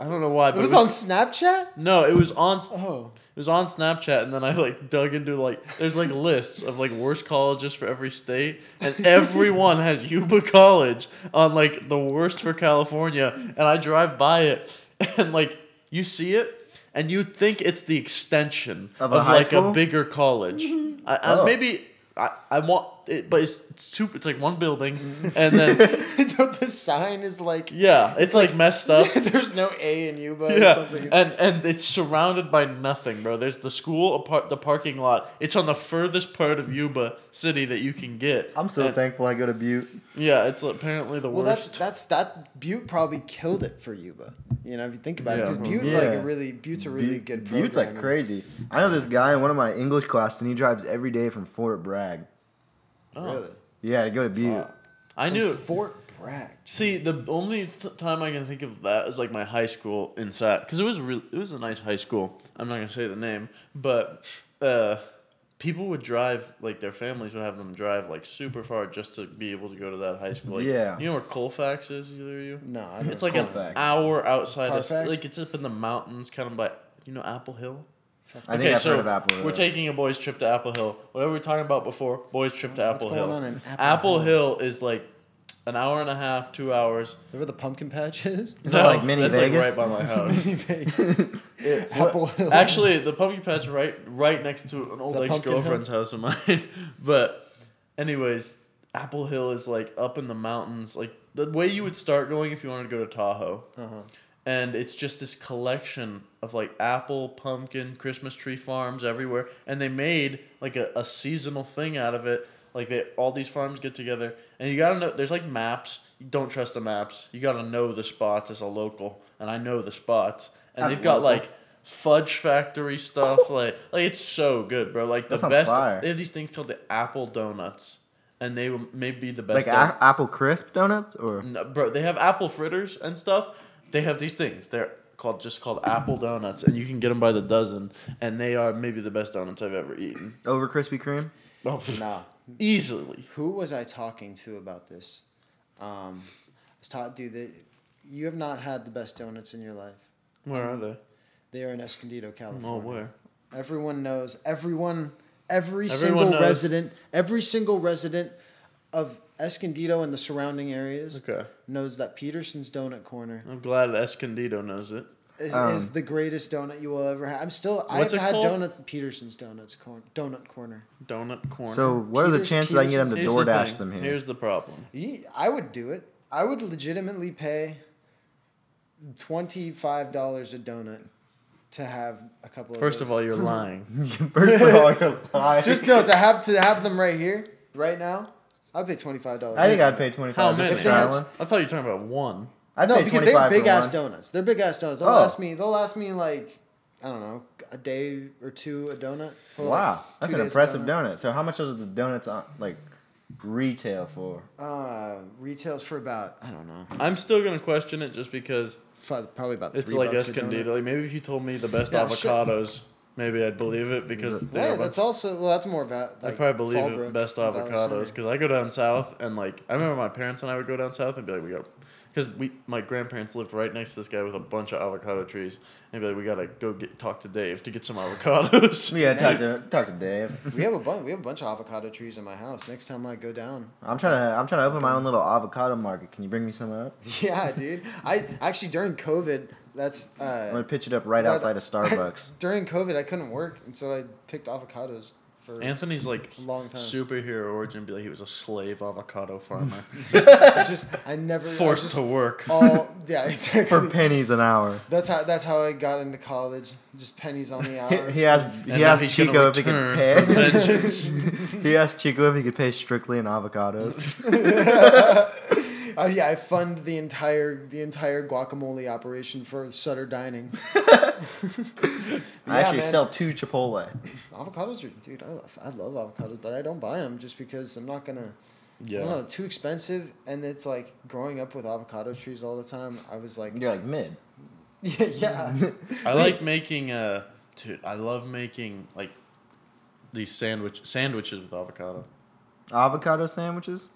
I don't know why, but It was on Snapchat. no, it was on Oh, it was on Snapchat, and then I like dug into like there's like lists of like worst colleges for every state, and everyone has Yuba College on like the worst for California, and I drive by it, and like you see it. And you'd think it's the extension Of of, a high like school? a bigger college. I, I, Oh. Maybe I, I want it, but it's super. It's like one building, Mm-hmm. and then the sign is like yeah, it's like messed up. there's no A in Yuba or Yeah, something. and and it's surrounded by nothing, bro. There's the school, apart the parking lot. It's on the furthest part of Yuba City that you can get. I'm so And- thankful I go to Butte. Yeah, it's apparently the well, that's worst. that's that Butte probably killed it for Yuba. You know, if you think about it, Yeah. because Butte Yeah. like a really Butte's a really Butte- good program. Butte's like crazy. I know this guy in one of my English class, and he drives every day from Fort Bragg. Oh. Really, Yeah, to go to Butte. Fuck. I knew. Fort Bragg. See, the only th- time I can think of that is like my high school in Sac, because it was real it was a nice high school. I'm not gonna say the name, but uh, people would drive like their families would have them drive like super far just to be able to go to that high school. Like, Yeah. you know where Colfax is? Either of you? No, I It's don't- like an Colfax. hour outside of Carfax? like it's up in the mountains, kind of by you know Apple Hill. I think I've heard of Apple. Hill. We're taking a boys trip to Apple Hill. Whatever we were talking about before, boys trip to Apple going Hill. on in Apple Apple Hill is like an hour and a half, two hours. Is that where the pumpkin patch is? Is that like mini that's Vegas? like right by my house. Apple Hill. Actually, the pumpkin patch right right next to an old that ex Pumpkin Hill? girlfriend's house of mine. but anyways, Apple Hill is like up in the mountains, like the way you would start going if you wanted to go to Tahoe. Uh-huh. And it's just this collection of like apple, pumpkin, Christmas tree farms everywhere, and they made like a, a seasonal thing out of it. Like they all these farms get together, and you gotta know. There's like maps. You don't trust the maps. You gotta know the spots as a local, and I know the spots. And As they've a got local. like fudge factory stuff. like like it's so good, bro. Like the That sounds best. fire. They have these things called the apple donuts, and they will- may be the best. Like donut- a- apple crisp donuts or Mm. no, bro, they have apple fritters and stuff. They have these things. They're called just called apple donuts, and you can get them by the dozen. And they are maybe the best donuts I've ever eaten. over Krispy Kreme. Oh, Nah. easily. Who was I talking to about this? Um, I was taught, dude, that you have not had the best donuts in your life. Where are they? They are in Escondido, California. Oh, where? Everyone knows. Everyone, every Everyone single knows. resident, every single resident of Escondido and the surrounding areas Okay. knows that Peterson's Donut Corner I'm glad Escondido knows it. is, Um, is the greatest donut you will ever have. I'm still. What's I've it had called? donuts. Peterson's Donuts Corner. Donut Corner. Donut corner. So what are the Peter's- chances I can get them to Here's DoorDash thing. them here? Here's the problem. Ye- I would do it. I would legitimately pay twenty five dollars a donut to have a couple. Of First of those. all, you're lying. First of all, you're lying. just no to have to have them right here, right now. I'd pay twenty five dollars. I think I'd pay twenty How five just many? to If they try had- one. I thought you were talking about one. I'd no pay because twenty they're five for big ass one. donuts. They're big ass donuts. They'll Oh. last me. They'll last me like I don't know a day or two a donut. Or, like, Wow, that's two an days a impressive donut. So how much are the donuts on like retail for? Uh, retails for about I don't know, I'm still gonna question it just because fi- probably about. it's three like bucks a donut. Escondido. Like maybe if you told me the best Yeah, shit. avocados, maybe I'd believe it because they're Yeah, about- that's also well. That's more about. Like, I probably believe Fallbrook, it best Valley avocados Center. because I go down south and like I remember my parents and I would go down south and be like we got because we my grandparents lived right next to this guy with a bunch of avocado trees and be like we gotta go get talk to Dave to get some avocados. Yeah, talk to talk to Dave. We have a bunch. We have a bunch of avocado trees in my house. Next time I go down. I'm trying to I'm trying to open my own little avocado market. Can you bring me some up? Yeah, dude. I actually during COVID, that's. I'm Uh, gonna pitch it up right that- outside of Starbucks. during COVID, I couldn't work, and so I picked avocados for. Anthony's like Long time. superhero origin be like he was a slave avocado farmer I just I never I forced just- to work. all yeah exactly. for pennies an hour. that's how that's how I got into college. Just pennies on the He, hour. he asked And he now asked he's gonna Chico if he return could for pay. vengeance. he asked Chico if he could pay strictly in avocados. Oh yeah, I fund the entire the entire guacamole operation for Sutter Dining. I actually man. sell two Chipotle. Avocados are, dude, I love, I love avocados, but I don't buy them just because I'm not gonna. I don't Yeah, know, too expensive, and it's like growing up with avocado trees all the time. I was like, You're like mid. yeah, yeah. I like making uh, dude, I love making like these sandwich sandwiches with avocado. Avocado sandwiches?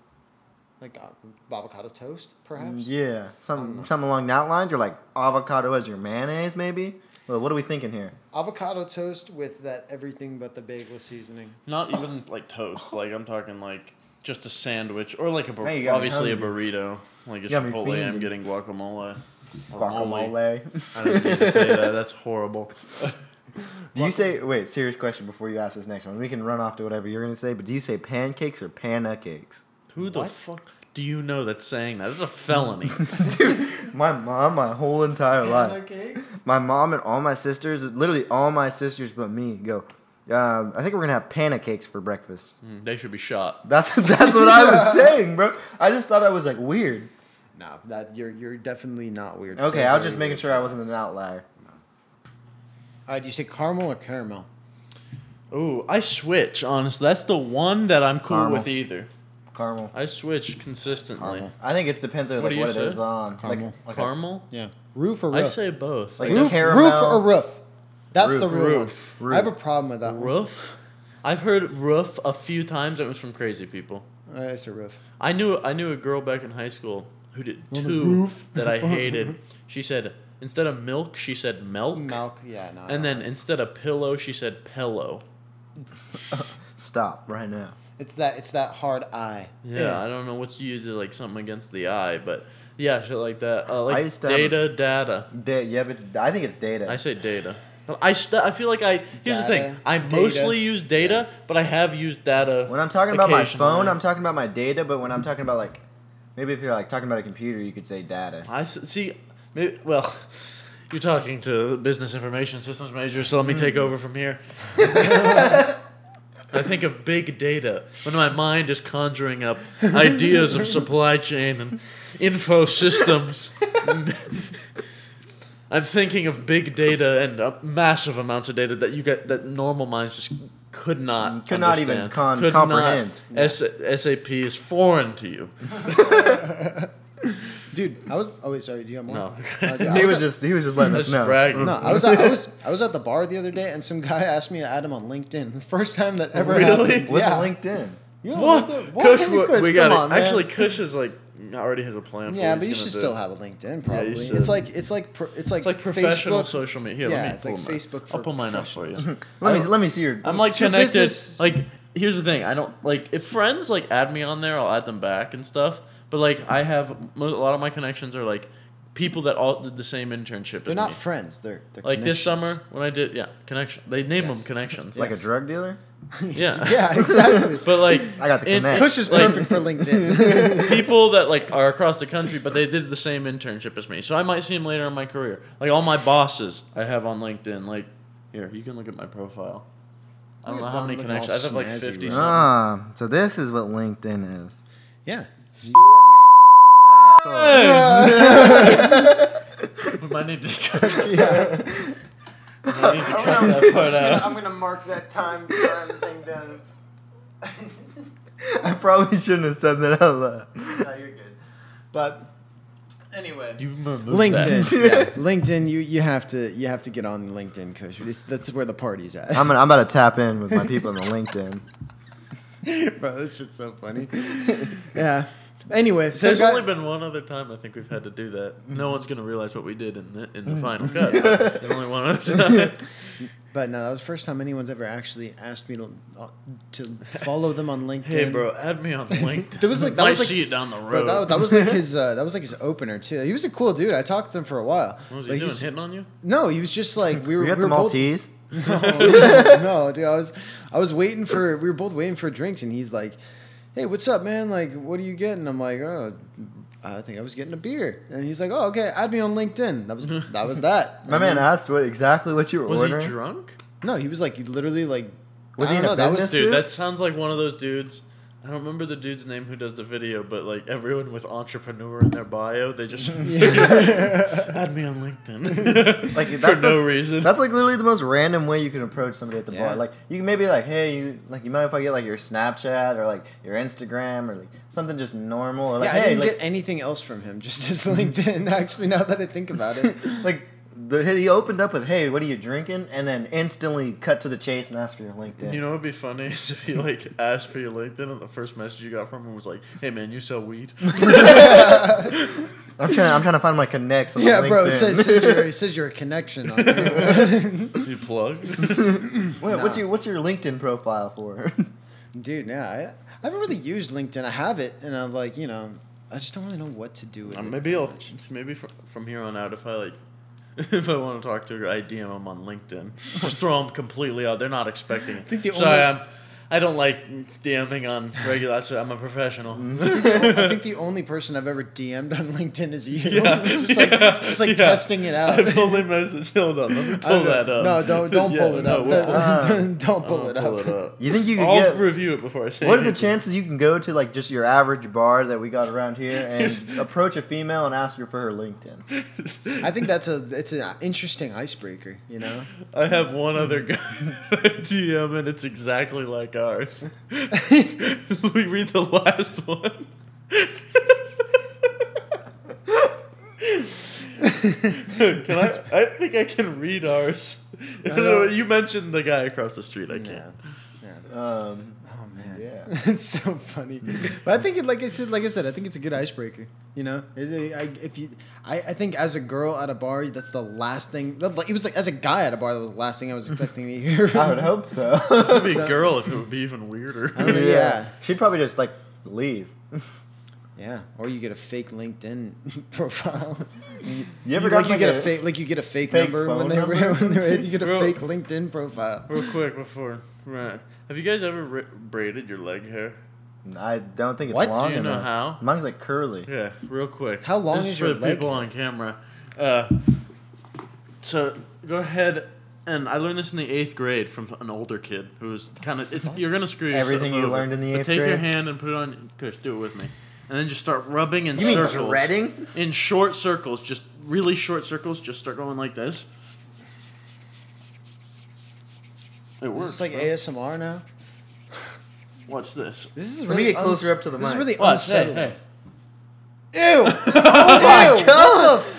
like uh, avocado toast, perhaps. Yeah, don't know. something something along that line. You're like avocado as your mayonnaise, maybe. Well, what are we thinking here? Avocado toast with that everything but the bagel seasoning. Not even like toast. Like I'm talking like just a sandwich or like a bur- Hey, you got me obviously a hungry. burrito. Like a You got me Chipotle, I'm fiending. getting guacamole. Or mole. Guacamole. I didn't mean to say that. That's horrible. do you say wait? Serious question before you ask this next one. We can run off to whatever you're gonna say, but do you say pancakes or panna cakes? Who the What? fuck do you know that's saying that? That's a felony. Hmm, My mom, my whole entire life. cakes. My mom and all my sisters, literally all my sisters but me, go. Um, I think we're gonna have panna cakes for breakfast. Mm, they should be shot. That's that's what I was saying, bro. I just thought I was like weird. No, that you're you're definitely not weird. Okay, You're I was very just making weird. sure I wasn't an outlier. All right, do you say caramel or caramel? Ooh, I switch. Honestly, that's the one that I'm cool Caramel. with either. Caramel. I switch consistently. Caramel. I think it depends on What like, do what, you it say? is on. Caramel. Like, like a- Caramel. Yeah, roof or I roof. say both. Like Like a roof, caramel. roof or roof. That's the Roof. real Roof. one. Roof. I have a problem with that one. roof. I've heard roof a few times. It was from crazy people. Uh, it's a roof. I knew I knew a girl back in high school who did two that I hated. She said instead of milk, she said milk, Milk, yeah, no. I and don't then instead of pillow, she said pillow. Stop right now. It's that it's that hard eye. Yeah, I don't know what's you do like something against the eye, but yeah, shit like that. Uh, like I used to have a- data, data. Da- yep, it's. I think it's data. I say data. I st- I feel like I here's the thing. Data, I data. mostly use data, but I have used data. when I'm talking about my phone, occasionally. I'm talking about my data. But when I'm talking about like, maybe if you're like talking about a computer, you could say data. I s- see. Maybe, well, you're talking Mm-hmm. to business information systems major, so let me take over from here. I think of big data when my mind is conjuring up ideas of supply chain and info systems. I'm thinking of big data and uh, massive amounts of data that you get that normal minds just could not Could not even understand, con- could comprehend. Not, S- SAP is foreign to you. dude. I was. Oh wait, sorry. Do you have more? No. Uh, dude, I He was was at- just he was just letting us Just know. bragging. No, I was at, I was I was at the bar the other day, and some guy asked me to add him on LinkedIn. The first time that ever Really? happened. What's yeah. LinkedIn? You don't What? have LinkedIn? Kush, Come on, we, we come got it. on, man. Actually, Kush is like already has a plan. for Yeah, what but you he's should gonna still do. have a LinkedIn. Probably. should. it's like it's like pro- it's like It's like professional Facebook. social media. Here, Yeah, let me it's pull like mine. Facebook I'll for pull mine up for you. Let me let me see your. Oh. I'm like To connected. business- Like here's the thing. I don't like if friends like add me on there. I'll add them back and stuff. But like I have mo- a lot of my connections are like people that all did the same internship. They're as not me. friends. They're, they're like this connections. summer when I did yeah connection. They name Yes. them connections. like a drug dealer. yeah. Yeah, exactly. But like I got the in- connect. Kush is like- perfect for LinkedIn. people that like are across the country, but they did the same internship as me. So I might see them later in my career. Like all my bosses, I have on LinkedIn. Like here, you can look at my profile. I don't Look know at how Don many looking connections. all I have like snazzy, fifty. right? something. Ah, so this is what LinkedIn is. yeah. We might need to cut. We might need to cut that part out. I'm gonna mark that time time thing down. I probably shouldn't have said that out loud. No, you're good. But Anyway, You remove LinkedIn, that. yeah. LinkedIn, you, you have to you have to get on LinkedIn, Kush. It's, that's where the party's at, I'm gonna, I'm about to tap in with my people on the LinkedIn. bro. This shit's so funny. yeah. Anyway, so There's guy- only been one other time I think we've had to do that. No one's gonna realize what we did in the in Mm. the final cut. but There's only one other time. but no, that was the first time anyone's ever actually asked me to uh, to follow them on LinkedIn. Hey, bro, add me on LinkedIn. There was like that Might was like see it down the road. bro, that, that was like his uh, that was like his opener too. He was a cool dude. I talked to him for a while. what was Like, he doing? was- Hitting on you? no, he was just like we were. We got we the were both, Maltese. Oh, no, no, dude, I was I was waiting for we were both waiting for drinks, and he's like, "Hey, what's up, man? Like, what are you getting?" I'm like, "Oh, I think I was getting a beer," and he's like, "Oh, okay, add me on LinkedIn." That was that was that. My man asked what exactly what you were Mm-hmm. Was ordering. he drunk? No, he was like he literally like. Was I he in don't a know, that was- business Dude, suit? that sounds like one of those dudes. I don't remember the dude's name who does the video, but like everyone with entrepreneur in their bio, they just add me on LinkedIn Like, for that's no the- reason. That's like literally the most random way you can approach somebody at the Yeah. bar. Like you can maybe like, hey, you like you mind if I get like your Snapchat or like your Instagram or like something just normal or like yeah, I hey didn't like, get anything else from him, just his LinkedIn. Actually, now that I think about it, like the, he opened up with hey, what are you drinking? And then instantly cut to the chase and asked for your LinkedIn. You know what'd be funny is if you like asked for your LinkedIn and the first message you got from him was like, "Hey man, you sell weed?" I'm trying I'm trying to find my connects on yeah, bro, it LinkedIn. says, says your it says you're a connection. On there. you plug. Wait, what's Nah. your what's your LinkedIn profile for? Dude, yeah, I, I haven't really used LinkedIn. I have it, and I'm like, you know, I just don't really know what to do with Uh, it. maybe I'll maybe from, from here on out if I like. If I want to talk to her, I DM them on LinkedIn. Just throw them completely out. They're not expecting it. the only- Sorry, I'm- I don't like DMing on regular. so I'm a professional. Mm-hmm. I think the only person I've ever DM'd on LinkedIn is you. just like, Yeah. just like Yeah. testing it out. I've only messaged. Hold on, let me I don't pull that know. up. No, don't don't Yeah, pull it no, up. we'll pull- Don't- don't I'll pull it up. You think you could I'll get- review it before I say. what are the anything. chances you can go to like just your average bar that we got around here and approach a female and ask her for her LinkedIn? I think that's a it's an interesting icebreaker. You know, I have one other guy DM, and it's exactly like ours. we read the last one. can I? I think I can read ours. know. you mentioned the guy across the street. I yeah. can't. Um, Oh man, Yeah. it's so funny. But I think, it, like I said, like I said, I think it's a good icebreaker. You know, It- I, if you, I, I think as a girl at a bar, that's the last thing. That, like, it was like as a guy at a bar, that was the last thing I was expecting to hear. I would hope so. It'd be a girl if it would be even I weirder. mean- Yeah. She'd probably just like leave. Yeah, or you get a fake LinkedIn profile. You like you get a, fake, like you get a fake, fake number when phone they number? when they you get a Bro. fake LinkedIn profile. Real quick before, right? Have you guys ever ri braided your leg hair? I don't think it's What? long Do you know enough. how? Mine's like curly. Yeah, real quick. How long This is your for the leg people on camera? Uh, so go ahead and I learned this in the eighth grade from an older kid who was kind of. It's you're gonna screw yourself Everything you over, learned in the but eighth Take your grade? hand and put it on. Kush, do it with me, and then just start rubbing in You mean circles. threading? in short circles, just really short circles. Just start going like this. It works. It's like bro. ASMR now. Watch this. This is Let me really get closer uns- up to the This is mic. really Watch. Hey, unsettling. hey. Ew! Oh Ew! What the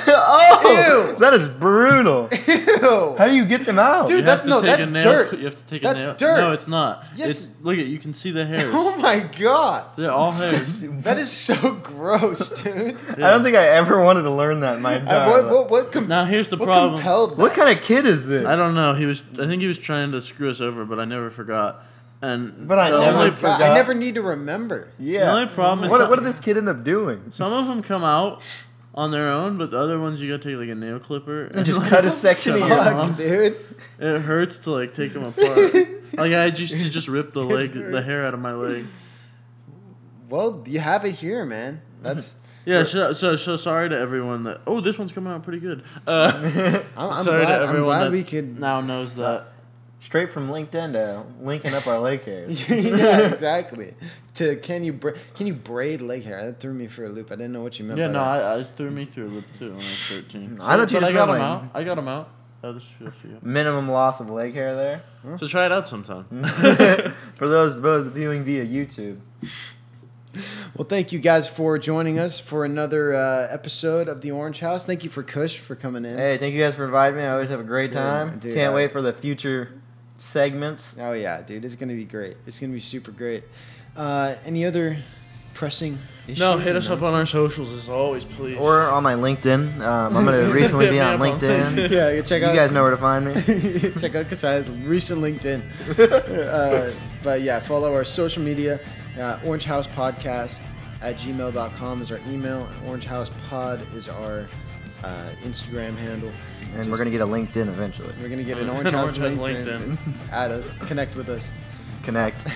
fuck? oh, Ew. that is brutal. Ew! How do you get them out? Dude, You that's have to no, take a that's nail- dirt. You have to take That's a nail. dirt. No, it's not. Yes. It's, look at you can see the hairs. Oh my god, They're all hairs. that is so gross, dude. I don't think I ever wanted to learn that in my Uh, entire what life. what what, com- Now here's the what problem. compelled What kind of kid is this? I don't know. He was. I think he was trying to screw us over, but I never forgot. And But I the never only that? Oh God, forgot. I never need to remember. yeah. The only problem is what, some- what did this kid end up doing? Some of them come out on their own, but the other ones you gotta take like a nail clipper and just like, cut a section of cut your them Fuck, off. dude. It hurts to like take them apart. like I just to just rip the leg, the hair out of my leg. Well, you have it here, man. That's Yeah. So, so so sorry to everyone that. Oh, this one's coming out pretty good. Uh, I'm, I'm sorry glad, to I'm everyone glad that we could. now knows that. Straight from LinkedIn to linking up our leg hairs. yeah, exactly. To can you bra- can you braid leg hair? That threw me for a loop. I didn't know what you meant. Yeah, by no, that. I, I threw me through a loop too when I was 13. I thought you but just I got meant, him like- out. I got him out. Oh, this feels for you. Minimum loss of leg hair there. So try it out sometime. For those those viewing via YouTube. Well, thank you guys for joining us for another uh, episode of the Orange House. Thank you for Kush for coming in. Hey, thank you guys for inviting me. I always have a great Dude, time. dude, Can't I- wait for the future segments. Oh yeah, dude, it's gonna be great. It's gonna be super great. Uh, any other pressing issues? No, hit us or up on our socials as always, please. Or on my LinkedN. Um, I'm going to recently be Hit me on up on LinkedIn. Yeah, you check You out. guys know where to find me. check out Kasaya's recent LinkedIn. uh, but yeah, follow our social media. Uh, Orange House Podcast at gmail.com is our email. Orange House Pod is our uh, Instagram handle. And we're going to get a LinkedIn eventually. we're gonna get an An Orange House Orange House LinkedIn. at us. Connect with us. Connect.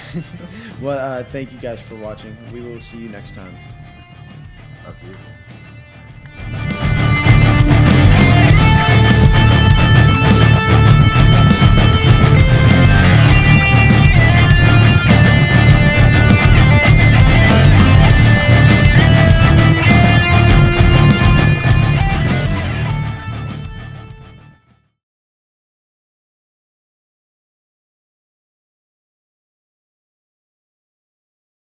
well, uh, thank you guys for watching. We will see you next time. That's beautiful.